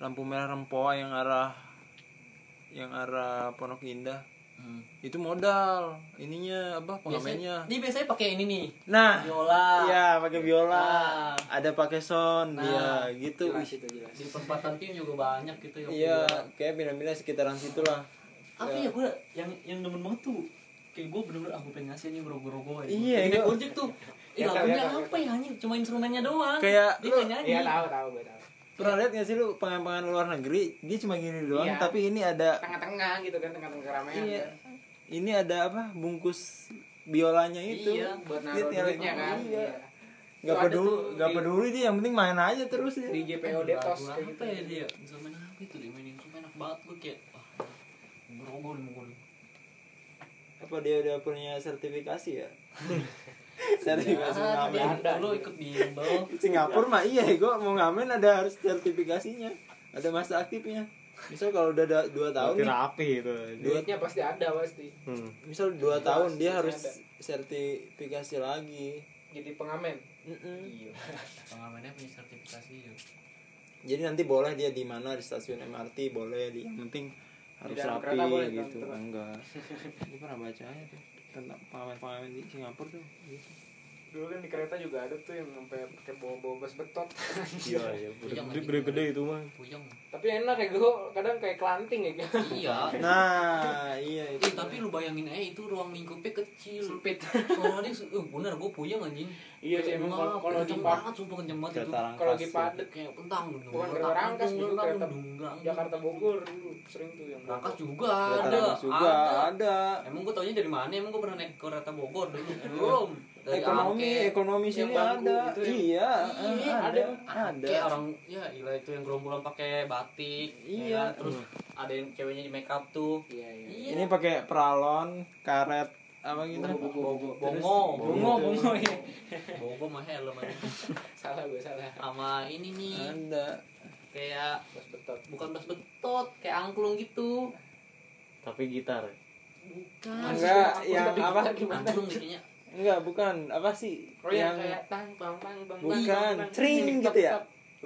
[SPEAKER 5] lampu merah rempoa yang arah yang arah Pondok Indah itu modal ininya apa pengamennya
[SPEAKER 2] Ini biasanya pakai ini nih.
[SPEAKER 5] nah
[SPEAKER 2] Viola.
[SPEAKER 5] iya pakai viola
[SPEAKER 2] Nah.
[SPEAKER 5] ada pakai sound
[SPEAKER 2] Nah.
[SPEAKER 5] dia gitu
[SPEAKER 3] jelas itu jelas
[SPEAKER 2] Di perempatan tim juga banyak gitu yang
[SPEAKER 5] iya
[SPEAKER 2] punya.
[SPEAKER 5] kayak bila-bila sekitaran situlah
[SPEAKER 2] Apa
[SPEAKER 3] Iya.
[SPEAKER 2] ya gue yang yang demen banget tuh. Kayak gue bener-bener ah gue pengen ngasih anjing rogo-rogo aja.
[SPEAKER 5] Iya,
[SPEAKER 2] Kayak
[SPEAKER 5] gua-
[SPEAKER 2] Gojek tuh. Ih,
[SPEAKER 3] Ya,
[SPEAKER 2] lagunya
[SPEAKER 3] tahu, ya, tahu,
[SPEAKER 2] apa ya anjing? Cuma instrumennya doang.
[SPEAKER 5] Kayak
[SPEAKER 2] dia
[SPEAKER 5] lu-
[SPEAKER 2] nggak nyanyi.
[SPEAKER 3] iya tahu tahu gue tahu
[SPEAKER 5] pernah lihat gak sih lu pengen-pengen luar negeri dia cuma gini doang
[SPEAKER 3] Iya.
[SPEAKER 5] tapi ini ada
[SPEAKER 3] tengah-tengah gitu kan tengah-tengah keramaian
[SPEAKER 5] Iya.
[SPEAKER 3] kan.
[SPEAKER 5] ini ada apa bungkus biolanya itu
[SPEAKER 3] iya buat
[SPEAKER 5] Dia
[SPEAKER 3] naruh
[SPEAKER 5] nyalain-
[SPEAKER 3] duitnya kan
[SPEAKER 5] iya.
[SPEAKER 3] iya.
[SPEAKER 5] nggak
[SPEAKER 3] Itu ada
[SPEAKER 5] peduli
[SPEAKER 3] tuh
[SPEAKER 5] nggak
[SPEAKER 3] di-
[SPEAKER 5] peduli dia yang penting main aja terus ya
[SPEAKER 3] di JPO Depos
[SPEAKER 2] Lagu
[SPEAKER 3] kayak
[SPEAKER 2] apa
[SPEAKER 3] gitu
[SPEAKER 2] ya dia? Instrumen apa itu dia mainin instrumen enak banget gue kayak wah. Rogo nih gue.
[SPEAKER 5] apa dia udah punya sertifikasi ya sertifikasi
[SPEAKER 3] Iya.
[SPEAKER 2] Ah,
[SPEAKER 5] ngamen
[SPEAKER 2] tapi lu ikut bimbel.
[SPEAKER 5] Singapura mah iya gue mau ngamen ada harus sertifikasinya ada masa aktifnya misal kalau udah da- dua tahun
[SPEAKER 4] Berarti
[SPEAKER 5] nih,
[SPEAKER 4] rapi gitu. itu.
[SPEAKER 5] dua
[SPEAKER 3] duitnya pasti ada pasti
[SPEAKER 4] Hmm.
[SPEAKER 5] misal dua
[SPEAKER 3] Jelas,
[SPEAKER 5] tahun dia
[SPEAKER 3] jelas
[SPEAKER 5] harus
[SPEAKER 3] ada.
[SPEAKER 5] sertifikasi lagi
[SPEAKER 3] jadi pengamen
[SPEAKER 5] Mm-mm.
[SPEAKER 3] Iya.
[SPEAKER 2] Pengamennya punya sertifikasi ya.
[SPEAKER 5] jadi nanti boleh dia di mana di stasiun MRT boleh di yang penting harus
[SPEAKER 3] dalam
[SPEAKER 5] rapi
[SPEAKER 3] kereta boleh, kan,
[SPEAKER 5] gitu
[SPEAKER 3] dalam kereta.
[SPEAKER 5] enggak gue pernah baca aja tuh tentang pengamen-pengamen di Singapura tuh gitu.
[SPEAKER 3] dulu kan di kereta juga ada tuh yang sampai pakai bawa bawa bas betot
[SPEAKER 4] Iya, iya. Gede- Gede-gede itu mah.
[SPEAKER 2] Puyeng.
[SPEAKER 3] tapi enak ya gue kadang kayak kelanting ya kayak
[SPEAKER 2] Iya.
[SPEAKER 5] nah iya itu
[SPEAKER 2] Eh, tapi lu bayangin aja itu ruang lingkupnya kecil.
[SPEAKER 3] sempit
[SPEAKER 2] Kalau dia uh, bener gue puyeng anjing.
[SPEAKER 3] iya sih emang kalau- kalau lagi
[SPEAKER 2] kenceng
[SPEAKER 3] pad
[SPEAKER 2] banget sumpah kenceng banget itu.
[SPEAKER 5] kereta rangkas
[SPEAKER 3] kalau lagi
[SPEAKER 5] tuh.
[SPEAKER 3] padet
[SPEAKER 2] Kayak pentang dong.
[SPEAKER 3] Bukan kereta rangkas, dulu kereta Jakarta
[SPEAKER 2] Jakarta
[SPEAKER 3] Bogor dulu sering tuh yang
[SPEAKER 2] Rangkas juga
[SPEAKER 5] Kereta
[SPEAKER 2] ada.
[SPEAKER 5] rangkas juga kan? ada.
[SPEAKER 2] Emang gue taunya dari mana? Emang gue pernah naik kereta Bogor dulu. Belum. Dari
[SPEAKER 5] ekonomi
[SPEAKER 2] Angke.
[SPEAKER 5] ekonomi
[SPEAKER 3] Yang
[SPEAKER 5] sini
[SPEAKER 3] bangku
[SPEAKER 5] ada
[SPEAKER 3] gitu ya?
[SPEAKER 5] iya
[SPEAKER 2] Iya,
[SPEAKER 5] eh,
[SPEAKER 3] ada.
[SPEAKER 5] ada
[SPEAKER 2] Kayak orang ya gila itu yang gerombolan pakai batik.
[SPEAKER 5] Iya.
[SPEAKER 2] ya kan? Terus ada yang ceweknya di make up tuh.
[SPEAKER 3] iya iya
[SPEAKER 5] ini pakai pralon karet apa gitu
[SPEAKER 3] Bogo.
[SPEAKER 2] Bongo.
[SPEAKER 5] Bongo, bongo,
[SPEAKER 2] ya.
[SPEAKER 3] iya.
[SPEAKER 2] Bongo mah helm anjing.
[SPEAKER 3] salah gue salah
[SPEAKER 2] Sama ini nih
[SPEAKER 5] ada
[SPEAKER 2] kayak
[SPEAKER 3] bas betot
[SPEAKER 2] bukan bas betot kayak angklung gitu.
[SPEAKER 4] Tapi gitar.
[SPEAKER 2] Bukan.
[SPEAKER 5] enggak
[SPEAKER 3] aku
[SPEAKER 5] yang
[SPEAKER 3] tapi
[SPEAKER 5] apa
[SPEAKER 3] kita-
[SPEAKER 2] Angklung gitu, kayaknya.
[SPEAKER 5] enggak bukan apa sih
[SPEAKER 3] oh iya
[SPEAKER 5] yang
[SPEAKER 3] kayak tang tang tang bang
[SPEAKER 5] Bukan, cring gitu ya?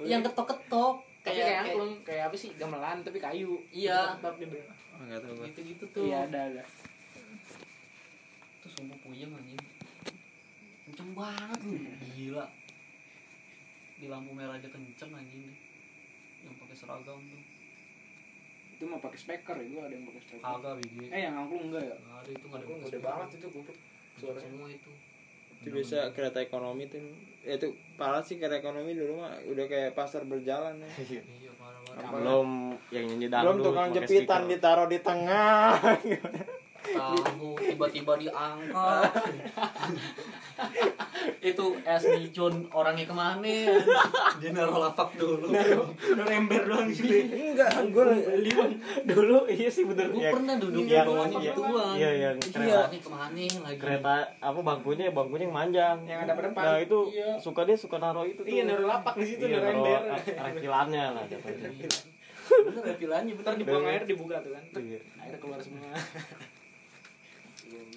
[SPEAKER 2] Yang ketok-ketok
[SPEAKER 3] tapi kayak angklung kayak apa sih gamelan tapi kayu
[SPEAKER 2] Iya.
[SPEAKER 3] tetap di ber-
[SPEAKER 5] enggak tahu gua.
[SPEAKER 2] gitu-gitu tuh.
[SPEAKER 3] iya ada ada
[SPEAKER 2] Itu sumpah puyeng anjing. Kenceng banget lu. Gila. Di lampu merah aja kenceng anjing. Yang pakai seragam tuh.
[SPEAKER 3] itu mau pakai speaker ya gue ada yang pakai speaker
[SPEAKER 2] Kagak biji.
[SPEAKER 3] eh yang angklung enggak ya
[SPEAKER 2] Enggak ada itu enggak ada.
[SPEAKER 3] angklung
[SPEAKER 2] bekas
[SPEAKER 3] gede
[SPEAKER 2] bekas.
[SPEAKER 3] banget itu gue
[SPEAKER 2] Kenceng
[SPEAKER 3] suaranya
[SPEAKER 2] semua itu.
[SPEAKER 5] itu biasa kereta ekonomi tuh ya itu parah sih kereta ekonomi dulu mah udah kayak pasar berjalan ya
[SPEAKER 2] Iya, parah banget.
[SPEAKER 3] Apa?
[SPEAKER 4] Belum gitu. yang nyanyi
[SPEAKER 5] belum
[SPEAKER 4] dangdut.
[SPEAKER 5] tukang
[SPEAKER 4] pakai
[SPEAKER 5] jepitan
[SPEAKER 4] speaker.
[SPEAKER 5] ditaruh di tengah
[SPEAKER 2] tahu tiba-tiba diangkat itu es John orangnya kemana dia naruh lapak dulu
[SPEAKER 3] Nur ember doang sih
[SPEAKER 5] enggak gue
[SPEAKER 3] dulu iya sih bener
[SPEAKER 2] gue
[SPEAKER 4] Yang-
[SPEAKER 2] pernah duduk di
[SPEAKER 4] yang-
[SPEAKER 2] bawahnya
[SPEAKER 4] Ya, iya,
[SPEAKER 2] gituan
[SPEAKER 4] Iya,
[SPEAKER 2] Iya.
[SPEAKER 4] yang kereta.
[SPEAKER 2] orangnya kemana lagi
[SPEAKER 4] Kereta apa bangkunya bangkunya yang manjang.
[SPEAKER 3] Yang ada depan.
[SPEAKER 4] Nah, itu
[SPEAKER 3] Iya.
[SPEAKER 4] suka dia suka naruh itu tuh.
[SPEAKER 3] iya naruh lapak di situ
[SPEAKER 4] Iya, naruh
[SPEAKER 3] naruh ember
[SPEAKER 4] ra- rakilannya lah jatuhnya.
[SPEAKER 2] bener ya pilihannya bener
[SPEAKER 3] ntar dibuang air dibuka tuh kan
[SPEAKER 4] Iya.
[SPEAKER 3] air keluar semua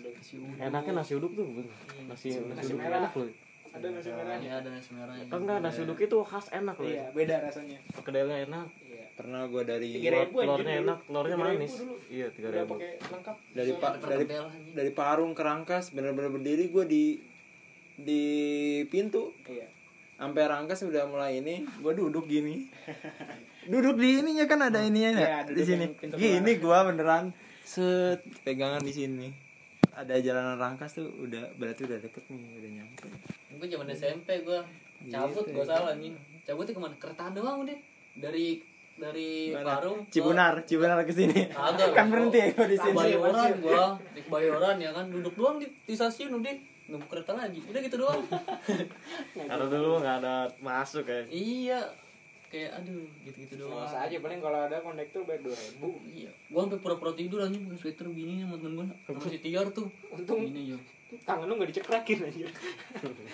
[SPEAKER 2] nasi uduk
[SPEAKER 4] Enaknya nasi uduk tuh. bener. Nasi
[SPEAKER 3] Nasi
[SPEAKER 4] uduk
[SPEAKER 3] merah.
[SPEAKER 4] enak loh.
[SPEAKER 3] ada nasi merahnya
[SPEAKER 2] ya ada nasi merahnya
[SPEAKER 4] Kan enggak nasi uduk itu khas enak loh.
[SPEAKER 3] iya beda rasanya
[SPEAKER 4] Kedelai enak,
[SPEAKER 3] iya
[SPEAKER 5] pernah gue dari
[SPEAKER 3] Tiga
[SPEAKER 4] telur-
[SPEAKER 3] ribu anjir
[SPEAKER 4] telurnya
[SPEAKER 3] dulu.
[SPEAKER 4] enak, telurnya
[SPEAKER 3] Tiga ribu
[SPEAKER 4] manis.
[SPEAKER 3] dulu.
[SPEAKER 4] Iya, tiga
[SPEAKER 3] udah
[SPEAKER 4] ribu.
[SPEAKER 3] pakai lengkap
[SPEAKER 5] dari
[SPEAKER 3] Soalnya
[SPEAKER 5] pa- dari
[SPEAKER 2] perkedel anjing.
[SPEAKER 5] dari Parung ke Rangkas bener-bener berdiri gue di di pintu
[SPEAKER 3] iya
[SPEAKER 5] sampai Rangkas udah mulai ini gue duduk gini duduk di ininya kan ada ininya ya,
[SPEAKER 3] Iya, duduk
[SPEAKER 5] di sini
[SPEAKER 3] yang pintu
[SPEAKER 5] gini gue beneran set pegangan di sini ada jalanan Rangkas tuh udah berarti udah deket nih udah nyampe
[SPEAKER 2] mungkin zaman SMP gue cabut gue salah anjing cabutnya kemana kereta doang udah dari dari
[SPEAKER 5] Mana?
[SPEAKER 2] Parung ke-
[SPEAKER 5] Cibunar Cibunar ke sini
[SPEAKER 2] Kagak,
[SPEAKER 5] kan
[SPEAKER 2] bro.
[SPEAKER 5] berhenti ya gue di sini
[SPEAKER 2] Kebayoran gua, di Kebayoran ya kan duduk doang di, di stasiun udah nunggu kereta lagi. Udah gitu doang.
[SPEAKER 4] Karena dulu nggak ada masuk ya.
[SPEAKER 2] iya. Kayak aduh, gitu-gitu doang.
[SPEAKER 3] Masa aja paling kalau ada kondektur bayar dua ribu
[SPEAKER 2] Iya. Gua sampai pura-pura tidur anjing pakai sweater gini sama temen gua. Sama si Tiar tuh.
[SPEAKER 3] Untung.
[SPEAKER 2] gini ya.
[SPEAKER 3] tangan lu nggak dicekrakin aja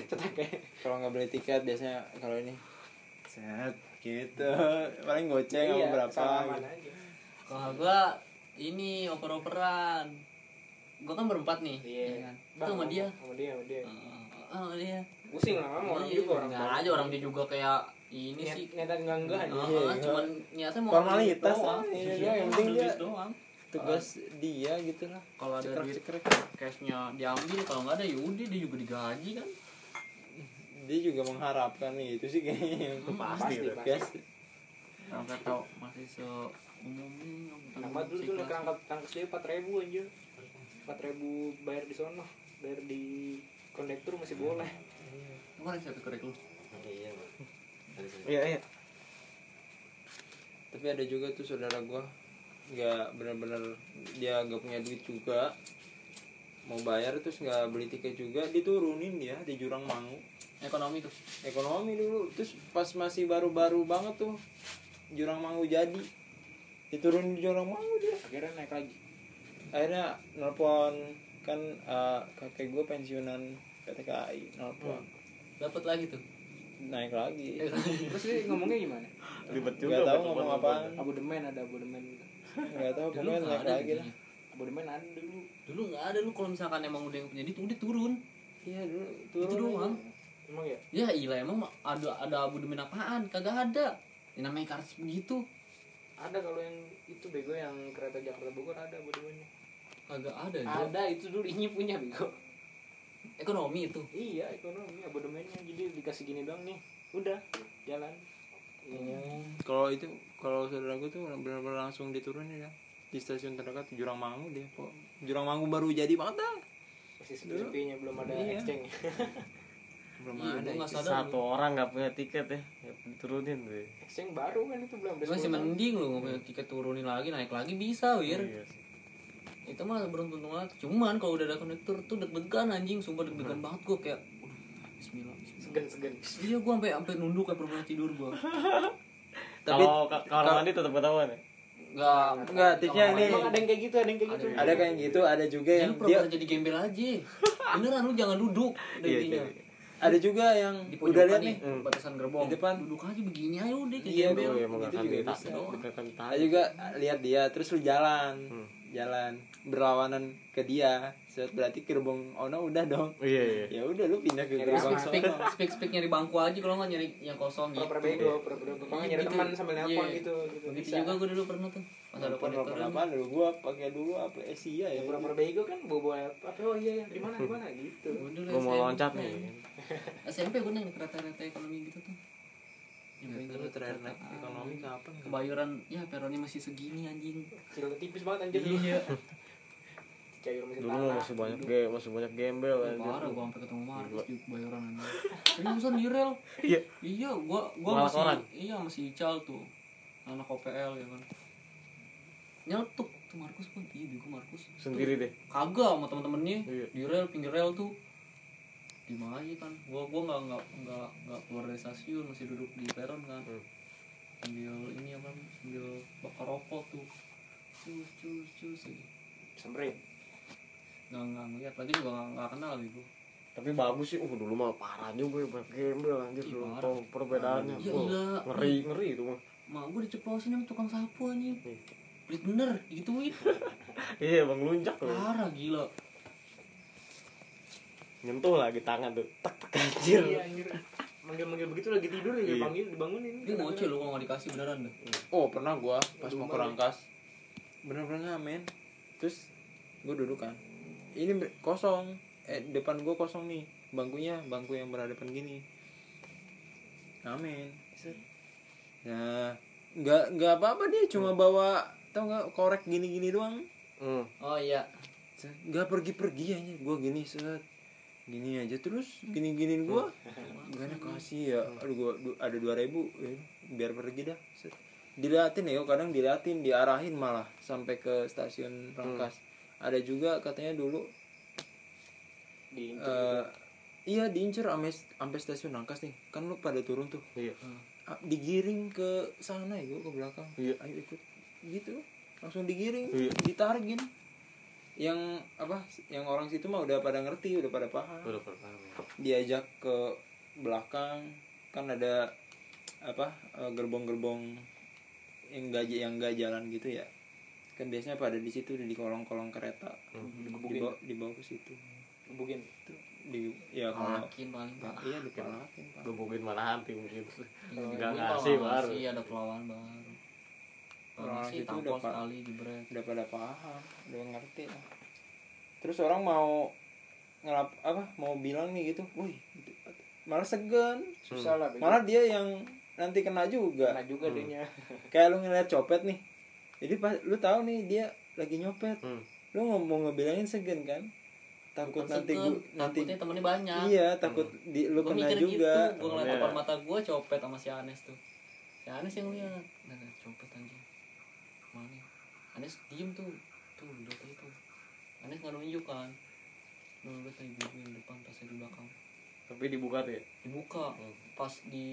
[SPEAKER 3] cetak ya
[SPEAKER 5] kalau nggak beli tiket biasanya kalau ini set gitu paling goceng
[SPEAKER 3] Iya,
[SPEAKER 5] sama berapa
[SPEAKER 3] salaman
[SPEAKER 5] gitu.
[SPEAKER 3] aja
[SPEAKER 2] Kalau gua ini oper-operan. Gua kan berempat nih. ya
[SPEAKER 3] iya
[SPEAKER 2] kan? Itu sama dia.
[SPEAKER 3] sama dia sama dia
[SPEAKER 2] Heeh, sama dia.
[SPEAKER 3] pusing lah sama orang
[SPEAKER 2] Iya,
[SPEAKER 3] juga orang Iya.
[SPEAKER 2] nggak aja orang dia juga kayak ini
[SPEAKER 3] niat
[SPEAKER 2] sih.
[SPEAKER 3] niatan nggak nggak aja
[SPEAKER 2] Heeh, cuman niatnya mau
[SPEAKER 5] Formalitas
[SPEAKER 2] doang.
[SPEAKER 5] lah, iya,
[SPEAKER 2] Iya,
[SPEAKER 5] yang penting
[SPEAKER 2] mau
[SPEAKER 5] dia-
[SPEAKER 2] duit doang.
[SPEAKER 5] tugas dia gitu lah
[SPEAKER 2] Kalau ada
[SPEAKER 5] cekrek
[SPEAKER 2] duit.
[SPEAKER 5] cekrek
[SPEAKER 2] cashnya diambil kalau nggak ada yaudah dia juga digaji kan
[SPEAKER 5] dia juga mengharapkan itu sih kayaknya
[SPEAKER 4] pasti,
[SPEAKER 3] pasti,
[SPEAKER 4] udah.
[SPEAKER 3] pasti.
[SPEAKER 5] guys
[SPEAKER 2] sampai tau masih seumum ini
[SPEAKER 3] Nama dulu tuh kerangkap tangkes dia empat ribu anjir. Empat ribu bayar di sono, bayar di kondektur masih boleh.
[SPEAKER 2] kemarin siapa korek lu
[SPEAKER 6] Iya, Bang. Harus-
[SPEAKER 4] iya iya
[SPEAKER 5] tapi ada juga tuh saudara gua nggak bener-bener dia nggak punya duit juga mau bayar terus nggak beli tiket juga diturunin dia di jurang mangu
[SPEAKER 2] ekonomi tuh
[SPEAKER 5] ekonomi dulu terus pas masih baru-baru banget tuh jurang mangu jadi diturunin di jurang mangu dia
[SPEAKER 3] Akhirnya naik lagi.
[SPEAKER 5] akhirnya nelpon kan eh, kakek gue pensiunan KTKI nelpon
[SPEAKER 2] dapat lagi tuh
[SPEAKER 5] naik
[SPEAKER 2] Eh,
[SPEAKER 3] Iya.
[SPEAKER 5] lagi
[SPEAKER 3] Terus dia ngomongnya gimana?
[SPEAKER 4] ribet juga
[SPEAKER 5] nggak tahu
[SPEAKER 4] buat
[SPEAKER 5] ngomong
[SPEAKER 4] telepon.
[SPEAKER 5] apaan
[SPEAKER 3] Abodemen ada abodemen.
[SPEAKER 5] nggak tahu
[SPEAKER 2] dulu
[SPEAKER 5] pokoknya
[SPEAKER 2] nggak ada
[SPEAKER 5] naik
[SPEAKER 2] gitu.
[SPEAKER 5] lagi lah
[SPEAKER 2] gajinya.
[SPEAKER 3] Abodemen ada dulu.
[SPEAKER 2] dulu nggak ada lu kalau misalkan emang udah yang punya duit udah turun
[SPEAKER 5] iya dulu
[SPEAKER 2] itu
[SPEAKER 5] turun
[SPEAKER 2] doang
[SPEAKER 3] Emang ya?
[SPEAKER 2] ya iya emang ada ada abodemen apaan kagak ada yang namanya kartu begitu
[SPEAKER 3] Ada kalau yang itu bego yang kereta Jakarta Bogor ada abodemennya.
[SPEAKER 2] kagak ada Jo.
[SPEAKER 3] Ada itu dulu ini punya bego.
[SPEAKER 2] ekonomi itu
[SPEAKER 3] Iya ekonomi abodemennya jadi dikasih gini doang nih. Udah jalan. Iya.
[SPEAKER 5] kalau itu kalau saudara gue tuh benar-benar langsung diturunin ya di stasiun terdekat jurang mangu dia kok jurang mangu baru jadi banget dah
[SPEAKER 3] Masih sepi-sepinya belum ada
[SPEAKER 5] Iya.
[SPEAKER 3] exchange.
[SPEAKER 5] belum
[SPEAKER 2] Iya,
[SPEAKER 5] ada
[SPEAKER 2] gua nggak
[SPEAKER 5] itu.
[SPEAKER 2] sadar
[SPEAKER 4] satu orang nggak punya tiket ya ya diturunin Iya deh
[SPEAKER 3] exchange baru kan itu belum ada.
[SPEAKER 2] Itu masih
[SPEAKER 3] 10 tahun.
[SPEAKER 2] mending lu ngomong tiket turunin lagi naik lagi bisa wir
[SPEAKER 4] Iya sih.
[SPEAKER 2] itu mah beruntung banget cuman kalau udah ada konektor tuh deg-degan anjing sumpah deg-degan
[SPEAKER 5] Nah.
[SPEAKER 2] banget gue kayak "Aduh, Bismillah, bismillah.
[SPEAKER 3] Segan-segan.
[SPEAKER 2] Iya gue sampai sampai nunduk kayak pernah tidur gue.
[SPEAKER 5] Tapi-
[SPEAKER 4] kalau ka- kalau mandi tetap ketahuan ya
[SPEAKER 2] Enggak,
[SPEAKER 5] Enggak, tipsnya ini
[SPEAKER 3] Emang ada yang kayak gitu, ada yang kayak gitu.
[SPEAKER 5] ada kayak gitu ada juga
[SPEAKER 2] Ya,
[SPEAKER 5] yang
[SPEAKER 2] lu
[SPEAKER 5] dia
[SPEAKER 2] pura jadi gembel aja. Beneran lu jangan duduk
[SPEAKER 4] Iya,
[SPEAKER 2] dadinya.
[SPEAKER 4] iya,
[SPEAKER 5] ada juga yang
[SPEAKER 2] Di
[SPEAKER 5] udah
[SPEAKER 2] pojokan
[SPEAKER 5] lihat nih
[SPEAKER 2] nih, batasan gerbong.
[SPEAKER 5] Di depan.
[SPEAKER 2] duduk aja begini aja udah kayak gitu.
[SPEAKER 5] Iya,
[SPEAKER 2] gembel.
[SPEAKER 4] Gue emang
[SPEAKER 5] Itu
[SPEAKER 4] gak akan
[SPEAKER 5] juga
[SPEAKER 4] minta
[SPEAKER 5] bisa.
[SPEAKER 4] Gak akan
[SPEAKER 5] ada
[SPEAKER 4] tahu
[SPEAKER 5] juga lihat dia terus lu jalan
[SPEAKER 4] Hmm.
[SPEAKER 5] jalan berlawanan ke dia Set, berarti gerbong ono udah dong
[SPEAKER 4] Iya iya
[SPEAKER 5] ya udah lu pindah ke
[SPEAKER 2] Speak
[SPEAKER 5] gerbong
[SPEAKER 2] speak speak speak nyari bangku aja kalau nggak nyari yang kosong gitu.
[SPEAKER 3] Pura-pura bego, pura-pura bego. Pokoknya nyari
[SPEAKER 2] Gitu.
[SPEAKER 3] teman sambil nelpon
[SPEAKER 2] Iya.
[SPEAKER 3] gitu. gitu.
[SPEAKER 2] Begitu
[SPEAKER 3] Bisa.
[SPEAKER 2] juga gue dulu pernah tuh. Pas ada
[SPEAKER 5] Nelpon, nelpon
[SPEAKER 2] konektoran.
[SPEAKER 5] apaan dulu gua pakai dulu apa Asia ya
[SPEAKER 3] Ya, pura-pura bego kan bobo apa oh iya iya di mana di mana gitu.
[SPEAKER 2] Gua dulu
[SPEAKER 4] Gue mau
[SPEAKER 2] SMP.
[SPEAKER 4] loncat nih
[SPEAKER 2] SMP gue naik kereta-kereta ekonomi gitu tuh. Nyobain
[SPEAKER 5] Itu lu terakhir naik
[SPEAKER 2] kereta.
[SPEAKER 5] ekonomi kapan kan?
[SPEAKER 2] Kebayoran ya peronnya masih segini anjing.
[SPEAKER 3] Kecil tipis banget anjir dulu. Cair mesin
[SPEAKER 4] Dulu
[SPEAKER 3] tanah.
[SPEAKER 4] masih banyak ge masih banyak gembel anjir.
[SPEAKER 2] Iya, Parah gua sampai ketemu Markus di Kebayoran anjing. Seriusan di rel.
[SPEAKER 4] Iya.
[SPEAKER 2] Iya, gua gua
[SPEAKER 4] Malas
[SPEAKER 2] masih
[SPEAKER 4] orang.
[SPEAKER 2] iya masih Ical tuh. Anak OPL ya kan. Nyeletuk tuh Markus pun tidur gua Markus.
[SPEAKER 4] Sendiri deh.
[SPEAKER 2] Iya. Kagak sama temen-temennya
[SPEAKER 4] Iya.
[SPEAKER 2] di rel pinggir rel tuh. Di mana aja kan. Gua gua enggak enggak enggak enggak keluar dari stasiun masih duduk di peron kan.
[SPEAKER 4] Hmm.
[SPEAKER 2] Sambil ini apa sambil bakar rokok tuh. Cus cus cus. aja.
[SPEAKER 3] Samperin.
[SPEAKER 2] Nggak nggak ngeliat lagi juga nggak- nggak kenal gitu.
[SPEAKER 4] Tapi bagus sih. Uh dulu mah parah juga ya banyak gembel anjir
[SPEAKER 2] Ih,
[SPEAKER 4] dulu
[SPEAKER 2] parah.
[SPEAKER 4] tau perbedaannya.
[SPEAKER 2] Ya
[SPEAKER 4] Wah,
[SPEAKER 2] iya.
[SPEAKER 4] Ngeri ngeri itu mah.
[SPEAKER 2] Mak gue diceplosin sama tukang sapu anjing.
[SPEAKER 4] Iya.
[SPEAKER 2] Pelit bener digituin.
[SPEAKER 4] Iya bang lunjak loh.
[SPEAKER 2] Parah gila.
[SPEAKER 4] Nyentuh lagi tangan tuh. Tak tak anjir.
[SPEAKER 3] Iya anjir. Manggil-manggil begitu lagi tidur ya
[SPEAKER 4] Iya.
[SPEAKER 3] dipanggil dibangunin.
[SPEAKER 2] Dia ngoceh lu kalau nggak dikasih beneran dah.
[SPEAKER 5] Oh pernah gua pas mau ke Rangkas Bener-bener ngamen Terus gua duduk kan Ini ber- kosong Eh depan gua kosong nih Bangkunya Bangku yang berhadapan gini Ngamen Set. Nah nggak nggak apa-apa dia cuma bawa tau nggak korek gini-gini doang
[SPEAKER 4] Hmm.
[SPEAKER 2] Oh iya.
[SPEAKER 5] Set, nggak pergi-pergi aja gua gini set gini aja terus gini-giniin gua gimana kasih ya aduh gua du- ada dua ribu ya. biar pergi dah set. diliatin ya kadang diliatin diarahin malah sampai ke stasiun Rangkas ada juga katanya dulu
[SPEAKER 3] Di
[SPEAKER 5] eh, iya diincer sampai sampai stasiun Rangkas nih kan lu pada turun tuh
[SPEAKER 4] Iya.
[SPEAKER 5] Ah, digiring ke sana ya gua, ke belakang
[SPEAKER 4] Iya.
[SPEAKER 5] ayo ikut gitu langsung digiring
[SPEAKER 4] Iya.
[SPEAKER 5] ditarik gini yang apa yang orang situ mah udah pada ngerti udah pada paham
[SPEAKER 6] Udah pernah. Bang.
[SPEAKER 5] diajak ke belakang kan ada apa eh, gerbong-gerbong yang nggak yang nggak jalan gitu ya kan biasanya pada di situ di kolong-kolong kereta
[SPEAKER 4] Hmm.
[SPEAKER 5] dibawa dibawa ke situ
[SPEAKER 3] gebukin.
[SPEAKER 5] di ya kalau
[SPEAKER 2] Makin paling
[SPEAKER 5] Nah,
[SPEAKER 2] parah.
[SPEAKER 5] iya dipalakin Pak.
[SPEAKER 4] Gebukin mana hanti mungkin.
[SPEAKER 2] Iya,
[SPEAKER 4] Nggak
[SPEAKER 2] gua
[SPEAKER 4] ngasih, gitu
[SPEAKER 2] kalau ngasih, Iya,
[SPEAKER 4] baru.
[SPEAKER 2] ada perlawanan baru.
[SPEAKER 5] orang
[SPEAKER 4] gitu
[SPEAKER 2] sih
[SPEAKER 5] itu udah
[SPEAKER 2] tampol
[SPEAKER 5] pa-
[SPEAKER 2] sekali di break
[SPEAKER 5] udah pada paham udah ngerti lah terus orang mau ngelap apa mau bilang nih gitu wih malah segan
[SPEAKER 3] susah lah bego.
[SPEAKER 5] malah dia yang nanti kena juga
[SPEAKER 3] Kena juga
[SPEAKER 4] Hmm.
[SPEAKER 3] dianya
[SPEAKER 5] kayak lu ngeliat copet nih jadi pas lu tahu nih dia lagi nyopet
[SPEAKER 6] Hmm.
[SPEAKER 5] lu nggak mau ngebilangin segan kan takut
[SPEAKER 2] Bukan
[SPEAKER 5] nanti
[SPEAKER 2] segen,
[SPEAKER 5] gua nanti
[SPEAKER 2] takutnya temennya banyak Hmm.
[SPEAKER 5] iya takut di, lu
[SPEAKER 2] Gua
[SPEAKER 5] kena
[SPEAKER 2] mikir
[SPEAKER 5] juga
[SPEAKER 2] gitu gue ngeliat
[SPEAKER 4] Iya.
[SPEAKER 2] depan mata gue copet sama si Anes tuh si Anes yang lihat nah nah, copet anjing mana ya? Anes diem tuh tuh udah tuh itu Anes nggak nunjuk kan lu lihat tadi ibu yang depan pas di belakang
[SPEAKER 4] tapi dibuka deh
[SPEAKER 2] dibuka pas di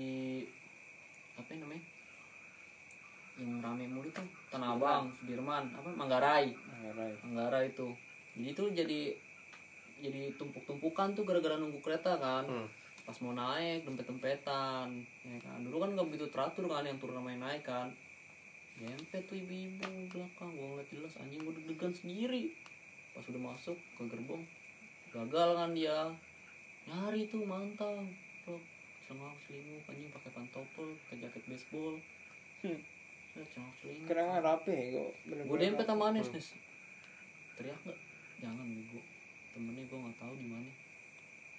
[SPEAKER 2] apa yang namanya yang rame mulu tuh Tanah Abang, Sudirman, apa Manggarai,
[SPEAKER 5] Marah.
[SPEAKER 2] Manggarai itu. Jadi itu jadi jadi tumpuk-tumpukan tuh gara-gara nunggu kereta kan.
[SPEAKER 6] Hmm.
[SPEAKER 2] Pas mau naik dempet-dempetan, ya kan. Dulu kan nggak begitu teratur kan yang turun sama yang naik kan. Nyempet tuh ibu-ibu belakang, gua ngeliat jelas anjing gua deg-degan sendiri. Pas udah masuk ke gerbong, gagal kan dia. Nyari tuh mantap, Blok. Cengok selingkuh, anjing pakai pantopel, pakai jaket baseball.
[SPEAKER 5] Hmm.
[SPEAKER 2] Cengok selingkuh
[SPEAKER 5] keren mah rapi gue
[SPEAKER 2] gue dempet sama Anes Nes teriak nggak jangan gue temennya gue nggak tahu di mana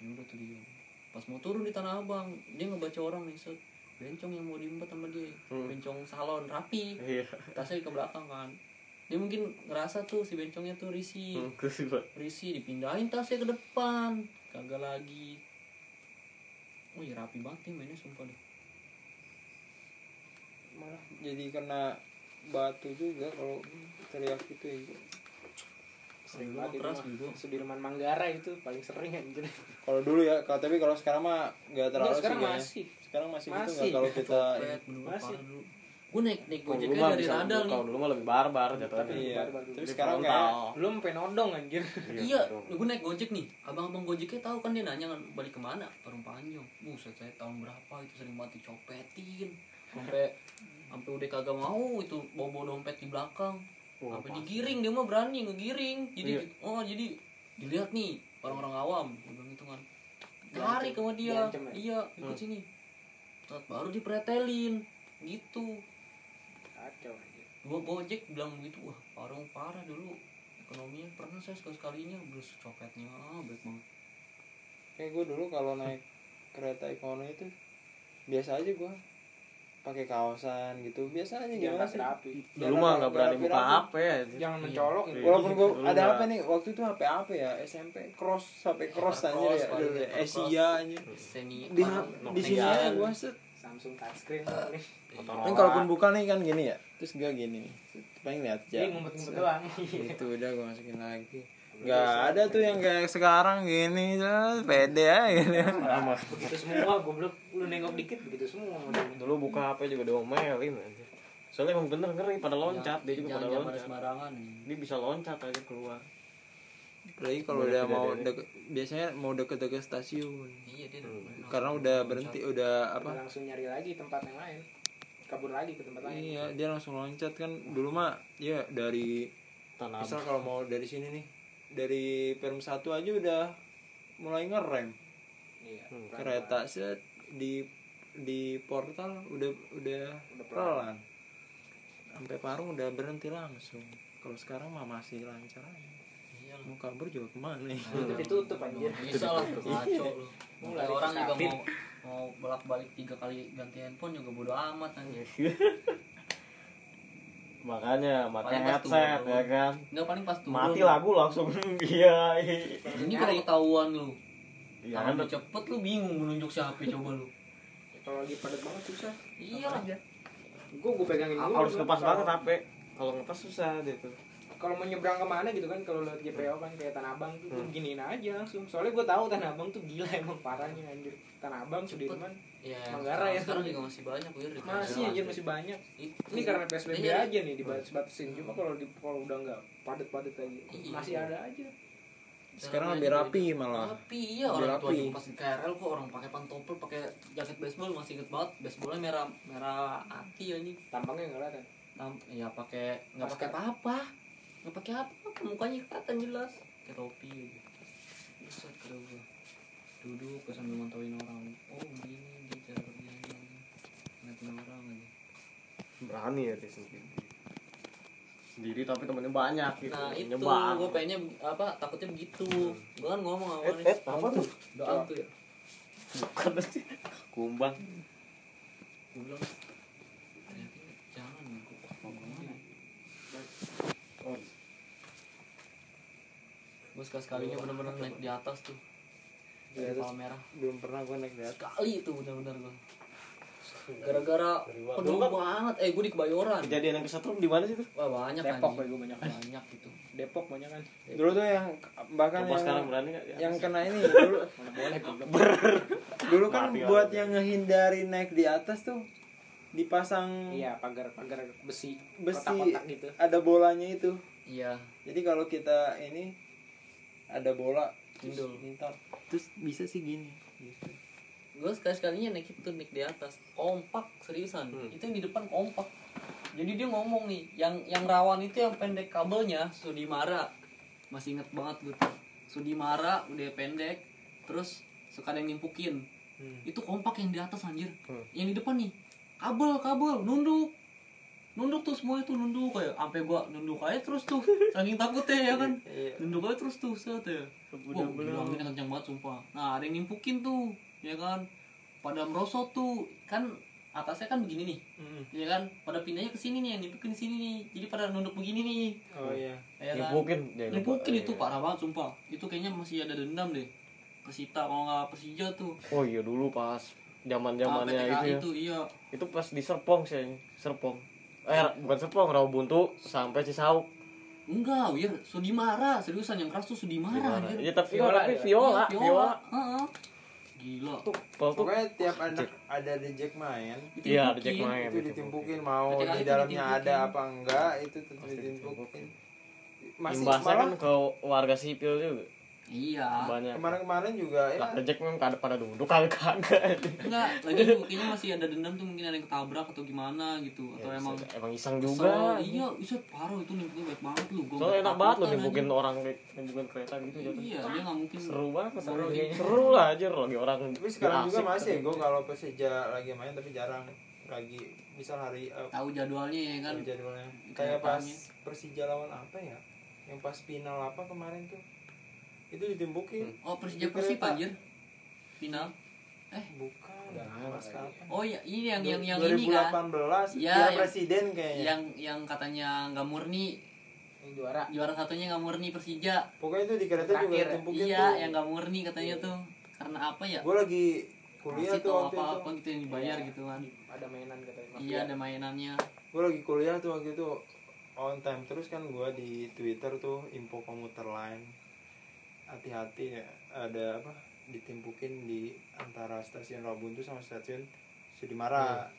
[SPEAKER 2] ya udah tuh dia pas mau turun di tanah abang dia ngebaca orang nih set bencong yang mau diempet sama dia bencong salon rapi
[SPEAKER 4] iya
[SPEAKER 2] tasnya ke belakang kan dia mungkin ngerasa tuh si bencongnya tuh risih
[SPEAKER 4] terus gua
[SPEAKER 2] Risi dipindahin tasnya ke depan kagak lagi Wih rapi banget nih mainnya sumpah deh
[SPEAKER 5] malah jadi kena batu juga kalau teriak gitu ya Ibu.
[SPEAKER 3] sering
[SPEAKER 2] Gua
[SPEAKER 3] banget itu
[SPEAKER 2] keras
[SPEAKER 3] mah.
[SPEAKER 2] nih gue
[SPEAKER 3] Sudirman Manggarai itu paling sering anjir
[SPEAKER 5] kalau dulu ya kalau tapi kalau sekarang mah nggak terlalu
[SPEAKER 3] Enggak,
[SPEAKER 5] sih
[SPEAKER 3] sekarang
[SPEAKER 4] ya.
[SPEAKER 3] masih
[SPEAKER 5] kayaknya. sekarang masih, gitu
[SPEAKER 3] Masih.
[SPEAKER 5] nggak kalau kita
[SPEAKER 2] Iya.
[SPEAKER 3] Masih.
[SPEAKER 2] dulu gue naik naik
[SPEAKER 4] Kalau
[SPEAKER 2] gojek
[SPEAKER 4] dulu mah
[SPEAKER 2] dari
[SPEAKER 4] bisa-
[SPEAKER 2] radal nih
[SPEAKER 4] kalau dulu mah lebih barbar
[SPEAKER 3] Tapi
[SPEAKER 4] jatuhnya
[SPEAKER 5] iya
[SPEAKER 3] Baru-baru.
[SPEAKER 5] tapi
[SPEAKER 4] Di
[SPEAKER 5] sekarang kayak
[SPEAKER 4] frontal.
[SPEAKER 3] belum penodong anjir
[SPEAKER 2] Iya,
[SPEAKER 4] gitu.
[SPEAKER 6] betul.
[SPEAKER 2] gue naik gojek nih. Abang-abang gojeknya tahu kan dia nanya kan balik kemana? Parung Panjang. Buset, saya tahun berapa itu sering mati copetin. Sampai sampai udah kagak mau itu bobo dompet di belakang.
[SPEAKER 4] Wah,
[SPEAKER 2] Sampai
[SPEAKER 4] pasti.
[SPEAKER 2] digiring dia mah berani ngegiring. Jadi
[SPEAKER 4] Iya.
[SPEAKER 2] oh jadi dilihat nih orang-orang awam gua bilang gitu kan. Tarik sama dia.
[SPEAKER 3] Diancem ya?
[SPEAKER 2] Iya, ikut sini. Tet, Baru dipretelin gitu
[SPEAKER 3] kacau anjir
[SPEAKER 2] gua gojek bilang begitu wah parung parah dulu ekonominya pernah saya sekali sekalinya berus copetnya ah baik banget
[SPEAKER 5] kayak gue dulu kalau naik kereta ekonomi itu biasa aja gue pakai kaosan gitu biasa aja
[SPEAKER 3] jangan
[SPEAKER 5] gimana sih
[SPEAKER 3] rapi
[SPEAKER 4] dulu mah
[SPEAKER 2] Iya.
[SPEAKER 4] nggak berani buka
[SPEAKER 5] rapi-rapi.
[SPEAKER 4] HP ya
[SPEAKER 3] jangan mencolok gitu
[SPEAKER 5] walaupun gue
[SPEAKER 4] Dulu
[SPEAKER 5] ada
[SPEAKER 4] nggak-
[SPEAKER 5] apa nih waktu itu HP apa ya SMP cross HP cross aja
[SPEAKER 2] Cross,
[SPEAKER 5] ya
[SPEAKER 2] paling
[SPEAKER 5] dulu ya.
[SPEAKER 2] cross.
[SPEAKER 5] Asia aja
[SPEAKER 2] seni Iya.
[SPEAKER 5] di,
[SPEAKER 2] parung.
[SPEAKER 5] di sini aja gue set
[SPEAKER 3] Samsung touchscreen paling
[SPEAKER 2] Iya.
[SPEAKER 5] kan kalaupun buka nih kan gini ya terus gue gini nih. paling lihat
[SPEAKER 4] Iya.
[SPEAKER 3] jadi
[SPEAKER 5] jam
[SPEAKER 3] Iya, ngumpet-ngumpet doang Iya.
[SPEAKER 5] itu Gitu, udah gue masukin lagi nggak ada tuh yang kayak sekarang gini terus pede aja gitu
[SPEAKER 3] begitu semua goblok lu nengok dikit begitu semua udah
[SPEAKER 4] dulu buka HP juga diomelin anjir soalnya emang bener ngeri pada loncat dia
[SPEAKER 2] Iya.
[SPEAKER 4] juga
[SPEAKER 2] Jangan
[SPEAKER 4] pada
[SPEAKER 2] jangan
[SPEAKER 4] loncat
[SPEAKER 2] sembarangan
[SPEAKER 4] dia bisa loncat aja keluar
[SPEAKER 5] lagi kalau
[SPEAKER 4] Banyak
[SPEAKER 5] udah mau
[SPEAKER 4] kejadiannya.
[SPEAKER 5] deket biasanya mau deket-deket stasiun
[SPEAKER 2] iya
[SPEAKER 4] Hmm.
[SPEAKER 2] dia berenang.
[SPEAKER 5] karena udah berhenti udah apa
[SPEAKER 3] langsung nyari lagi tempat yang lain kabur lagi ke tempat lain
[SPEAKER 5] iya dia langsung loncat kan dulu mah ya dari
[SPEAKER 4] tanam
[SPEAKER 5] misal kalau mau dari sini nih dari perm satu aja udah mulai ngerem
[SPEAKER 3] iya
[SPEAKER 4] Hmm.
[SPEAKER 5] kereta set di di portal udah udah
[SPEAKER 3] Udah
[SPEAKER 5] pelan sampai parung udah berhenti langsung kalau sekarang mah masih lancar aja
[SPEAKER 2] Iya lah.
[SPEAKER 5] mau kabur juga kemana ya?
[SPEAKER 2] Nah,
[SPEAKER 3] itu ditutup anjir
[SPEAKER 2] bisa lah ngaco lu
[SPEAKER 3] Mau
[SPEAKER 2] Sampai
[SPEAKER 3] lari
[SPEAKER 2] orang
[SPEAKER 3] ke
[SPEAKER 2] juga
[SPEAKER 3] kabin.
[SPEAKER 2] mau mau bolak balik tiga kali ganti handphone juga bodo amat
[SPEAKER 3] Iya
[SPEAKER 2] anjir
[SPEAKER 4] makanya pakai
[SPEAKER 2] Paling pas
[SPEAKER 4] headset
[SPEAKER 2] turun.
[SPEAKER 4] ya kan
[SPEAKER 2] nggak paling pas turun
[SPEAKER 4] mati lagu langsung iya
[SPEAKER 2] ini kalau ketahuan lu
[SPEAKER 4] iya
[SPEAKER 2] kalau
[SPEAKER 4] kan
[SPEAKER 2] lu cepet lu bingung menunjuk siapa coba lu
[SPEAKER 3] kalau lagi padat banget susah
[SPEAKER 2] iya lah
[SPEAKER 3] gue gue pegangin dulu
[SPEAKER 4] harus
[SPEAKER 3] Bro.
[SPEAKER 4] ngepas
[SPEAKER 3] Kalau-
[SPEAKER 4] banget HP kalau ngepas susah dia tuh
[SPEAKER 3] kalau mau nyebrang kemana gitu kan kalau lewat JPO kan kayak Tanah Abang tuh
[SPEAKER 4] Hmm.
[SPEAKER 3] gua giniin aja langsung soalnya gue tahu Tanah Abang tuh gila emang parahnya anjir Tanah Abang Sudirman
[SPEAKER 2] ya
[SPEAKER 3] Manggarai ya.
[SPEAKER 2] sekarang juga masih banyak wir di
[SPEAKER 3] masih
[SPEAKER 2] Tangerang.
[SPEAKER 3] anjir masih banyak
[SPEAKER 2] Itu.
[SPEAKER 3] ini karena PSBB
[SPEAKER 2] Iya.
[SPEAKER 3] aja nih dibatas-batasin cuma kalau di kalau udah nggak padat-padat lagi
[SPEAKER 2] Iya.
[SPEAKER 3] masih ada aja
[SPEAKER 5] sekarang lebih rapi malah
[SPEAKER 2] Rapi iya
[SPEAKER 5] Lebih
[SPEAKER 2] orang tua
[SPEAKER 5] rapi.
[SPEAKER 2] juga pas di KRL kok orang pakai pantopel, pakai jaket baseball masih inget banget. Baseballnya merah merah hati anjing.
[SPEAKER 3] tampangnya nggak kelihatan
[SPEAKER 2] Nam, ya pakai nggak pakai apa-apa. Nggak pakai apa-apa, mukanya kelihatan jelas. Pakai topi aja. Buset kata gua. Duduk gua sambil mantauin orang. Oh, begini dia cara kerjanya. Ngeliatin orang aja.
[SPEAKER 4] berani ya dia sendiri sendiri tapi temennya banyak gitu
[SPEAKER 2] Nah itu
[SPEAKER 4] Nyebar.
[SPEAKER 2] gue pengennya apa takutnya begitu. Gue kan ngomong awalnya.
[SPEAKER 4] Eh, eh, apa tuh?
[SPEAKER 2] Doang tuh ya.
[SPEAKER 4] Bukan sih. kumbang
[SPEAKER 2] Gue bilang ternyata jangan gue mau kemana.
[SPEAKER 4] Oh,
[SPEAKER 2] Gue sekali sekalinya bener-bener naik di atas tuh. Di
[SPEAKER 5] Di atas.
[SPEAKER 2] kepala merah.
[SPEAKER 5] belum pernah gue naik lihat
[SPEAKER 2] Sekali itu bener-bener gue. Gara-gara
[SPEAKER 4] Dari bawah.
[SPEAKER 2] penuh
[SPEAKER 4] Dulu kan-
[SPEAKER 2] banget. Eh gue di kebayoran.
[SPEAKER 4] kejadian yang kesatu di mana sih tuh
[SPEAKER 2] Wah banyak
[SPEAKER 3] Depok
[SPEAKER 2] anjing.
[SPEAKER 3] gue banyak
[SPEAKER 2] Banyak gitu.
[SPEAKER 3] Depok banyak kan
[SPEAKER 5] dulu tuh yang
[SPEAKER 2] Kan
[SPEAKER 5] bahkan
[SPEAKER 4] coba
[SPEAKER 5] yang,
[SPEAKER 4] sekarang berani nggak Ya,
[SPEAKER 5] yang kena ini dulu
[SPEAKER 3] mana boleh goblok.
[SPEAKER 5] dulu kan
[SPEAKER 4] Mati
[SPEAKER 5] buat
[SPEAKER 4] kali.
[SPEAKER 5] yang ngehindari naik di atas tuh dipasang
[SPEAKER 3] iya pagar pagar besi
[SPEAKER 5] Besi.
[SPEAKER 3] kotak-kotak gitu
[SPEAKER 5] ada bolanya itu
[SPEAKER 2] Iya.
[SPEAKER 5] jadi kalau kita ini ada bola terus
[SPEAKER 2] Jendol.
[SPEAKER 5] lintar. terus bisa sih gini gitu.
[SPEAKER 2] Gue sekali sekalinya naik itu naik di atas. Kompak seriusan. Itu yang di depan kompak. Jadi dia ngomong nih, yang yang rawan itu yang pendek kabelnya Sudimara. Masih inget banget gue tuh. Sudimara udah pendek, terus suka ada yang nimpukin. Itu kompak yang di atas anjir. Yang di depan nih, kabel kabel nunduk. Nunduk tuh semuanya tuh nunduk kayak sampai gua nunduk aja terus tuh. Saking takutnya ya kan. Nunduk aja terus tuh set ya. Wah, gila, anginnya kencang banget sumpah. Nah, ada yang nimpukin tuh, ya kan. Pada merosot tuh, kan atasnya kan begini nih ya kan pada pindahnya ke sini nih yang nimpukin sini nih jadi pada nunduk begini nih
[SPEAKER 3] oh iya
[SPEAKER 2] ya kan
[SPEAKER 4] Nipukin, dia
[SPEAKER 2] Nimpukin
[SPEAKER 4] nipu-
[SPEAKER 2] itu parah banget sumpah itu kayaknya masih ada dendam deh Persita kalau nggak Persija tuh
[SPEAKER 4] Oh iya dulu pas zaman zamannya
[SPEAKER 2] PTKI
[SPEAKER 4] itu ya.
[SPEAKER 2] itu iya
[SPEAKER 4] Itu pas di Serpong sih, anjing. Serpong. Eh bukan Serpong, Rawabuntu sampai Cisauk.
[SPEAKER 2] enggak wir Sudimara seriusan yang keras tuh Sudimara
[SPEAKER 4] Gimana?
[SPEAKER 2] anjir
[SPEAKER 4] Iya tapi
[SPEAKER 3] Viola,
[SPEAKER 4] tapi
[SPEAKER 3] ya?
[SPEAKER 4] Viola,
[SPEAKER 2] Iya,
[SPEAKER 4] Viola.
[SPEAKER 2] Heeh. gila
[SPEAKER 4] Kalau tuh
[SPEAKER 5] pokoknya tiap anak ada di Jack main
[SPEAKER 2] Itu
[SPEAKER 4] iya ada
[SPEAKER 2] nimpukin.
[SPEAKER 4] Jack main.
[SPEAKER 5] itu ditimpukin mau
[SPEAKER 2] Ketika
[SPEAKER 5] di
[SPEAKER 2] itu
[SPEAKER 5] dalamnya
[SPEAKER 2] ditimpukin.
[SPEAKER 5] ada apa enggak itu tetap
[SPEAKER 4] Pasti
[SPEAKER 5] ditimpukin masih
[SPEAKER 4] Imbasnya kan
[SPEAKER 5] malah
[SPEAKER 4] ke warga sipil juga
[SPEAKER 2] iya
[SPEAKER 4] banyak.
[SPEAKER 5] kemarin-kemarin juga ya
[SPEAKER 4] Lah, ada Jack memang kada pada duduk kagak kagak.
[SPEAKER 2] enggak lagi juga kayaknya masih ada dendam tuh mungkin ada yang ketabrak atau gimana gitu
[SPEAKER 5] Iya,
[SPEAKER 2] atau
[SPEAKER 4] Ya,
[SPEAKER 2] emang
[SPEAKER 4] bisa- emang iseng
[SPEAKER 2] kesel.
[SPEAKER 4] juga.
[SPEAKER 2] iya itu parah itu nimpukin baik banget lu gua
[SPEAKER 4] Soalnya enak banget lo
[SPEAKER 2] ketakutan,
[SPEAKER 4] nipukin
[SPEAKER 2] anjing.
[SPEAKER 4] orang kayak nipukin kereta gitu jatuh.
[SPEAKER 2] iya dia nggak mungkin
[SPEAKER 4] Seru banget
[SPEAKER 2] Seru
[SPEAKER 4] seru.
[SPEAKER 2] kayaknya.
[SPEAKER 4] Seru lah aja lagi orang.
[SPEAKER 5] tapi sekarang juga
[SPEAKER 4] asik.
[SPEAKER 5] masih gue kalau Persija lagi main tapi jarang lagi misal hari eh,
[SPEAKER 2] tahu jadwalnya ya kan
[SPEAKER 4] Iya.
[SPEAKER 5] jadwalnya
[SPEAKER 2] Kayak
[SPEAKER 5] kayak pas
[SPEAKER 2] apanya?
[SPEAKER 5] Persija lawan apa ya yang pas final apa kemarin tuh itu ditimbukin
[SPEAKER 4] Hmm.
[SPEAKER 2] oh Persija
[SPEAKER 5] Di
[SPEAKER 2] Persib
[SPEAKER 5] kereta.
[SPEAKER 2] anjir final
[SPEAKER 5] bukan
[SPEAKER 3] Udah
[SPEAKER 5] Nah, pas
[SPEAKER 3] lama
[SPEAKER 5] kapan
[SPEAKER 2] oh ya ini yang yang yang ini kan
[SPEAKER 5] 2018
[SPEAKER 2] Ya,
[SPEAKER 5] ya,
[SPEAKER 2] yang-
[SPEAKER 5] presiden kayaknya
[SPEAKER 2] yang yang katanya nggak murni
[SPEAKER 3] yang juara
[SPEAKER 2] juara satunya nggak murni Persija
[SPEAKER 5] pokoknya itu di kereta juga
[SPEAKER 3] Terakhir ya?
[SPEAKER 5] ditimbukin
[SPEAKER 2] iya
[SPEAKER 5] tuh Iya.
[SPEAKER 2] yang nggak murni katanya tuh karena apa ya
[SPEAKER 5] gue lagi kuliah
[SPEAKER 2] Wasit
[SPEAKER 5] tuh Iya.
[SPEAKER 2] atau
[SPEAKER 5] waktu
[SPEAKER 2] apa
[SPEAKER 5] itu
[SPEAKER 2] apa gitu yang dibayar gitu kan
[SPEAKER 3] ada mainan katanya Mafia.
[SPEAKER 2] iya ada mainannya
[SPEAKER 5] gue lagi kuliah tuh waktu itu on time terus kan gue di twitter tuh info komuter lain hati-hati ya ada apa ditimpukin di antara stasiun Rabuntu sama stasiun Sudimara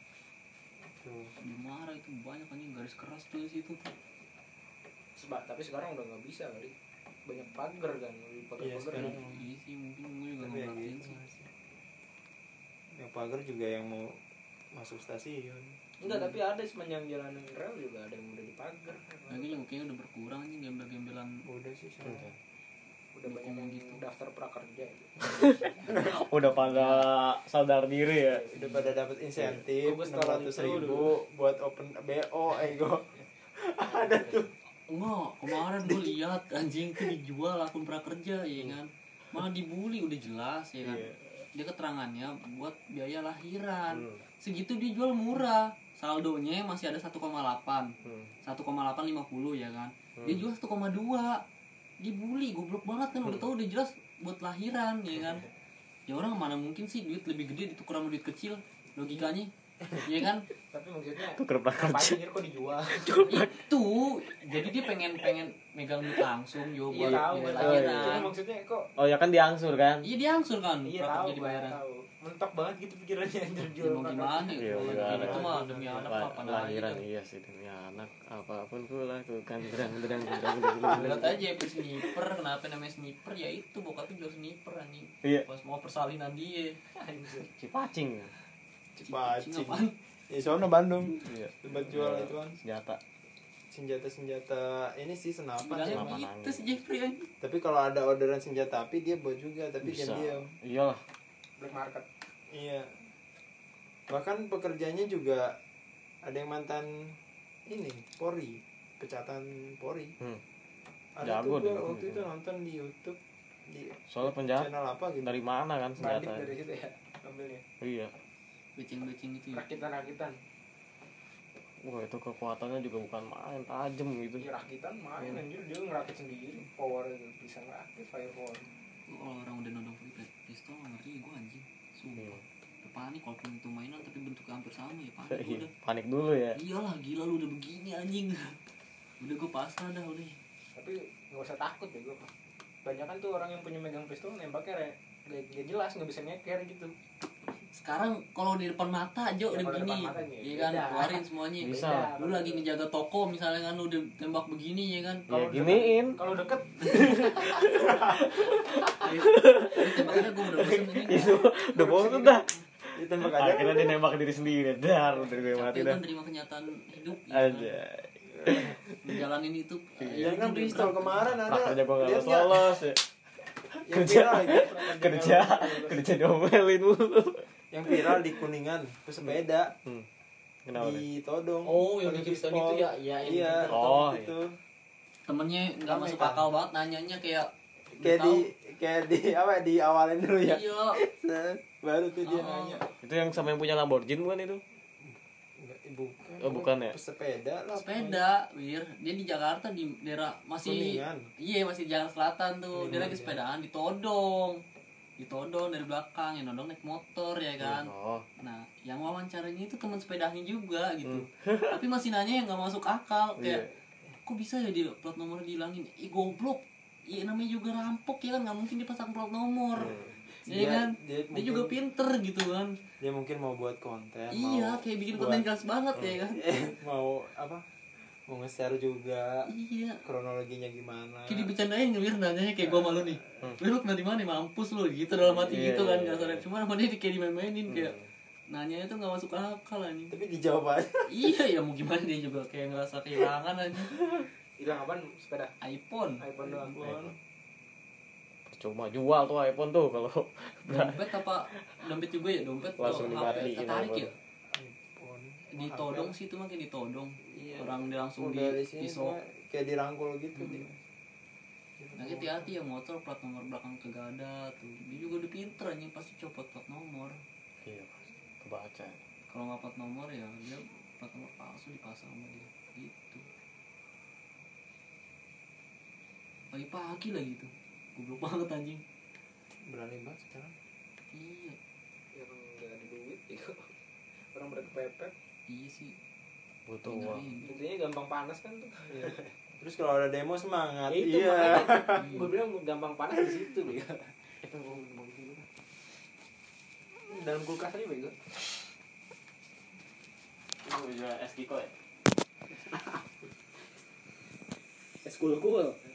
[SPEAKER 5] tuh
[SPEAKER 2] marah itu banyak anjing garis keras tuh di situ
[SPEAKER 3] Seba- tapi sekarang udah nggak bisa kali banyak pagar kan lebih
[SPEAKER 5] Iya,
[SPEAKER 3] pagar-pagar
[SPEAKER 5] sekarang.
[SPEAKER 3] kan.
[SPEAKER 2] iya sih mungkin gue juga
[SPEAKER 5] tapi
[SPEAKER 2] nggak
[SPEAKER 5] ya
[SPEAKER 2] ngertiin
[SPEAKER 5] gitu
[SPEAKER 2] sih
[SPEAKER 5] sih. yang pagar juga yang mau masuk stasiun
[SPEAKER 3] enggak tapi ada sepanjang jalanan rel juga ada yang udah dipagar
[SPEAKER 2] lagi juga kayaknya udah berkurang anjing gembel-gembelan
[SPEAKER 5] udah sih soalnya
[SPEAKER 3] udah banyak yang gitu. daftar prakerja gitu.
[SPEAKER 4] Udah pada sadar diri ya.
[SPEAKER 5] udah pada dapat insentif
[SPEAKER 3] Gua
[SPEAKER 5] enam
[SPEAKER 3] setoran
[SPEAKER 5] ratus
[SPEAKER 3] itu
[SPEAKER 5] ribu buat open eh, bo ego ada tuh
[SPEAKER 2] Enggak, kemarin gue lihat anjing tuh dijual akun prakerja ya kan. Malah dibully udah jelas ya kan. Dia keterangannya buat biaya lahiran. Segitu dijual murah. Saldonya masih ada 1,8. 1,850 ya kan. Dia jual 1,2. Dibully goblok banget kan udah tahu udah jelas buat lahiran ya kan. Ya orang mana mungkin sih duit lebih gede ditukar sama duit kecil logikanya. Ya kan?
[SPEAKER 3] tapi maksudnya
[SPEAKER 4] Tuker
[SPEAKER 3] apa
[SPEAKER 4] prakerja.
[SPEAKER 3] anjir kok dijual
[SPEAKER 2] itu jadi dia pengen pengen megang duit langsung yo
[SPEAKER 3] iya
[SPEAKER 2] buat
[SPEAKER 3] tahu
[SPEAKER 2] biaya
[SPEAKER 3] kan
[SPEAKER 4] tahu, iya.
[SPEAKER 2] lahiran.
[SPEAKER 3] Cuma maksudnya kok
[SPEAKER 4] Oh ya kan diangsur kan?
[SPEAKER 2] iya diangsur kan
[SPEAKER 3] iya
[SPEAKER 2] prakerja
[SPEAKER 3] tahu
[SPEAKER 2] dibayaran
[SPEAKER 3] tahu mentok banget gitu pikirannya anjir
[SPEAKER 2] ya
[SPEAKER 3] jual
[SPEAKER 2] mau
[SPEAKER 3] prakerja.
[SPEAKER 2] gimana ya
[SPEAKER 4] Iya,
[SPEAKER 2] kalau
[SPEAKER 4] gimana.
[SPEAKER 2] gitu mah demi anak gitu?
[SPEAKER 4] Lah-
[SPEAKER 2] apa
[SPEAKER 4] lahiran iya sih demi anak apapun ku
[SPEAKER 1] kan
[SPEAKER 4] lakukan derang derang derang derang
[SPEAKER 2] Lihat aja ya sniper, kenapa namanya sniper ya itu bokapnya jual sniper anjing.
[SPEAKER 4] Iya.
[SPEAKER 2] Pas mau persalinan dia.
[SPEAKER 3] Anjir.
[SPEAKER 4] cipacing
[SPEAKER 5] cipacing
[SPEAKER 2] Apaan?
[SPEAKER 5] di sono Bandung
[SPEAKER 4] iya
[SPEAKER 5] tempat jual itu kan
[SPEAKER 4] senjata
[SPEAKER 5] senjata senjata ini sih senapan sih.
[SPEAKER 2] Bilangnya
[SPEAKER 4] Senapan
[SPEAKER 2] begitu
[SPEAKER 4] angin.
[SPEAKER 2] si Jeffrey anjing.
[SPEAKER 5] tapi kalau ada orderan senjata api dia buat juga tapi dia
[SPEAKER 4] bisa
[SPEAKER 5] diam
[SPEAKER 4] iyalah
[SPEAKER 3] black market
[SPEAKER 5] iya bahkan pekerjanya juga ada yang mantan ini Polri
[SPEAKER 7] kejahatan Polri.
[SPEAKER 1] Hmm.
[SPEAKER 7] Ada
[SPEAKER 1] Jago
[SPEAKER 7] tuh gua
[SPEAKER 1] deh.
[SPEAKER 7] waktu itu nonton di YouTube di
[SPEAKER 1] Soalnya penjahat
[SPEAKER 7] channel apa gitu.
[SPEAKER 1] dari mana kan
[SPEAKER 3] Bandit
[SPEAKER 1] senjata?
[SPEAKER 3] dari situ ya ambilnya.
[SPEAKER 1] Iya.
[SPEAKER 2] becing-becing itu ya.
[SPEAKER 3] Rakitan-rakitan.
[SPEAKER 1] Wah itu kekuatannya juga bukan main tajam gitu.
[SPEAKER 2] Iya,
[SPEAKER 3] Ya, rakitan main anjir dia ngerakit sendiri. Power itu bisa ngerakit firepower.
[SPEAKER 2] Lu kalau orang udah nodong pakai pistol ngeri gua anjing
[SPEAKER 1] Iya.
[SPEAKER 2] sumpah Udah panik walaupun itu mainan tapi bentuknya hampir sama ya panik gua
[SPEAKER 1] Iya,
[SPEAKER 2] udah
[SPEAKER 1] Panik dulu ya.
[SPEAKER 2] iyalah gila lu udah begini anjing udah gua pasrah dah udah
[SPEAKER 3] Tapi nggak usah takut deh gua. Banyak kan tuh orang yang punya megang pistol nembaknya re- gak, gak jelas nggak bisa nyeker gitu.
[SPEAKER 2] sekarang kalau di depan mata Jo udah
[SPEAKER 3] Ya, kalau depan
[SPEAKER 2] begini
[SPEAKER 3] mata nih,
[SPEAKER 2] iya kan
[SPEAKER 3] beda.
[SPEAKER 2] keluarin semuanya
[SPEAKER 1] Bisa.
[SPEAKER 2] lu lagi ngejaga toko misalnya kan lu udah tembak begini ya kan
[SPEAKER 1] Ya
[SPEAKER 3] Kalau
[SPEAKER 1] giniin.
[SPEAKER 3] Kalau deket
[SPEAKER 2] Ini tembakannya gua udah bosen ini
[SPEAKER 1] Itu udah bosan dah.
[SPEAKER 5] Ditembak aja.
[SPEAKER 1] Akhirnya dia nembak diri sendiri. Dar udah gue Iya, mati
[SPEAKER 2] capek
[SPEAKER 1] dah.
[SPEAKER 2] kan terima kenyataan hidup ya kan.
[SPEAKER 1] Aja. Iya
[SPEAKER 2] menjalanin itu iya gitu,
[SPEAKER 5] Dan kan pistol kemarin ada.
[SPEAKER 1] Prakteknya gue gak lolos
[SPEAKER 5] lihat nggak?
[SPEAKER 1] lolos ya.
[SPEAKER 5] Yang viral gitu.
[SPEAKER 1] Kerja kerja diomelin mulu.
[SPEAKER 5] Yang viral di Kuningan, pesepeda
[SPEAKER 1] Hmm, Kenapa nih?
[SPEAKER 5] di Todong.
[SPEAKER 2] Oh, yang di
[SPEAKER 5] pakai
[SPEAKER 2] Todong
[SPEAKER 5] kispol.
[SPEAKER 2] itu ya, ya, yang
[SPEAKER 5] Iya,
[SPEAKER 1] di Todong. Oh,
[SPEAKER 5] itu.
[SPEAKER 2] temennya nggak
[SPEAKER 5] Ramai
[SPEAKER 2] masuk
[SPEAKER 5] kan?
[SPEAKER 2] akal banget nanyanya kayak
[SPEAKER 5] Kayak
[SPEAKER 2] tahu.
[SPEAKER 5] di kayak di apa di awalin dulu ya.
[SPEAKER 2] iya
[SPEAKER 5] Set, Baru tuh dia
[SPEAKER 2] Oh.
[SPEAKER 5] nanya.
[SPEAKER 1] Itu yang sama yang punya Lamborghini bukan itu?
[SPEAKER 7] Enggak, bukan.
[SPEAKER 1] Oh, bukan ya?
[SPEAKER 5] eh, Pesepeda lah.
[SPEAKER 2] sepeda wir dia di Jakarta di daerah masih
[SPEAKER 5] Kuningan.
[SPEAKER 2] iya masih di Jakarta Selatan tuh dia lagi sepedaan ditodong ditodong dari belakang yang nodong naik motor ya kan
[SPEAKER 1] Oh.
[SPEAKER 2] nah yang wawancaranya itu teman sepedanya juga gitu tapi masih nanya yang nggak masuk akal kayak kok bisa ya di plat nomor dihilangin ih goblok Iya namanya juga rampok ya kan nggak mungkin dipasang plat nomor, Iya
[SPEAKER 5] Dia-
[SPEAKER 2] kan?
[SPEAKER 5] dia
[SPEAKER 2] Dia,
[SPEAKER 5] mungkin-
[SPEAKER 2] juga pinter gitu kan.
[SPEAKER 5] Dia mungkin mau buat konten,
[SPEAKER 2] iya
[SPEAKER 5] mau
[SPEAKER 2] kayak bikin
[SPEAKER 5] buat-
[SPEAKER 2] konten kelas banget ya kan.
[SPEAKER 5] mau apa? Mau nge-share juga
[SPEAKER 2] Iya.
[SPEAKER 5] kronologinya gimana.
[SPEAKER 2] Kayak dibecandain Wir nanyanya kayak gua malu nih Wir lu kenal di mana nih? mampus lu gitu dalam hati
[SPEAKER 1] Hmm. Iya,
[SPEAKER 2] gitu kan
[SPEAKER 1] iya,
[SPEAKER 2] nggak sadar
[SPEAKER 1] iya. Hmm.
[SPEAKER 2] cuma sama dia kayak dimain-mainin kayak nanyanya tuh nggak masuk akal anjing
[SPEAKER 5] Tapi dijawab aja.
[SPEAKER 2] iya ya mau gimana dia juga kayak ngerasa kehilangan anjing
[SPEAKER 3] hilang apaan sepeda
[SPEAKER 2] iPhone
[SPEAKER 3] iPhone doang.
[SPEAKER 1] Percuma jual tuh iPhone tuh kalau
[SPEAKER 2] dompet apa dompet juga ya dompet tuh
[SPEAKER 1] Langsung iya,
[SPEAKER 2] apa ya?
[SPEAKER 1] dimatiin
[SPEAKER 2] ketarik
[SPEAKER 1] iPhone.
[SPEAKER 2] ya ditodong sih itu makin ditodong
[SPEAKER 5] Iya.
[SPEAKER 2] orang dia langsung di
[SPEAKER 5] Udah di sini
[SPEAKER 2] pisau
[SPEAKER 5] semua kayak dirangkul gitu dia.
[SPEAKER 2] Nanti hati-hati ya motor plat nomor belakang kagak ada tuh dia juga udah pinter anjing pasti copot plat nomor
[SPEAKER 1] Iya. Kebaca.
[SPEAKER 2] kalau nggak plat nomor ya dia plat nomor palsu dipasang sama dia gitu pagi-pagi lah gitu goblok banget anjing
[SPEAKER 5] Berani banget sekarang.
[SPEAKER 2] iya
[SPEAKER 3] Yang nggak ada duit itu. Orang berkepepet.
[SPEAKER 2] iya sih
[SPEAKER 1] Butuh uang.
[SPEAKER 2] Dengerin.
[SPEAKER 3] Intinya gampang panas kan tuh.
[SPEAKER 5] Iya. Terus kalau ada demo semangat.
[SPEAKER 3] itu
[SPEAKER 5] iya.
[SPEAKER 3] makanya gue bilang gampang panas di situ bego. Dalam kulkas aja bego.
[SPEAKER 1] Udah es kiko ya?
[SPEAKER 3] Es kul kul.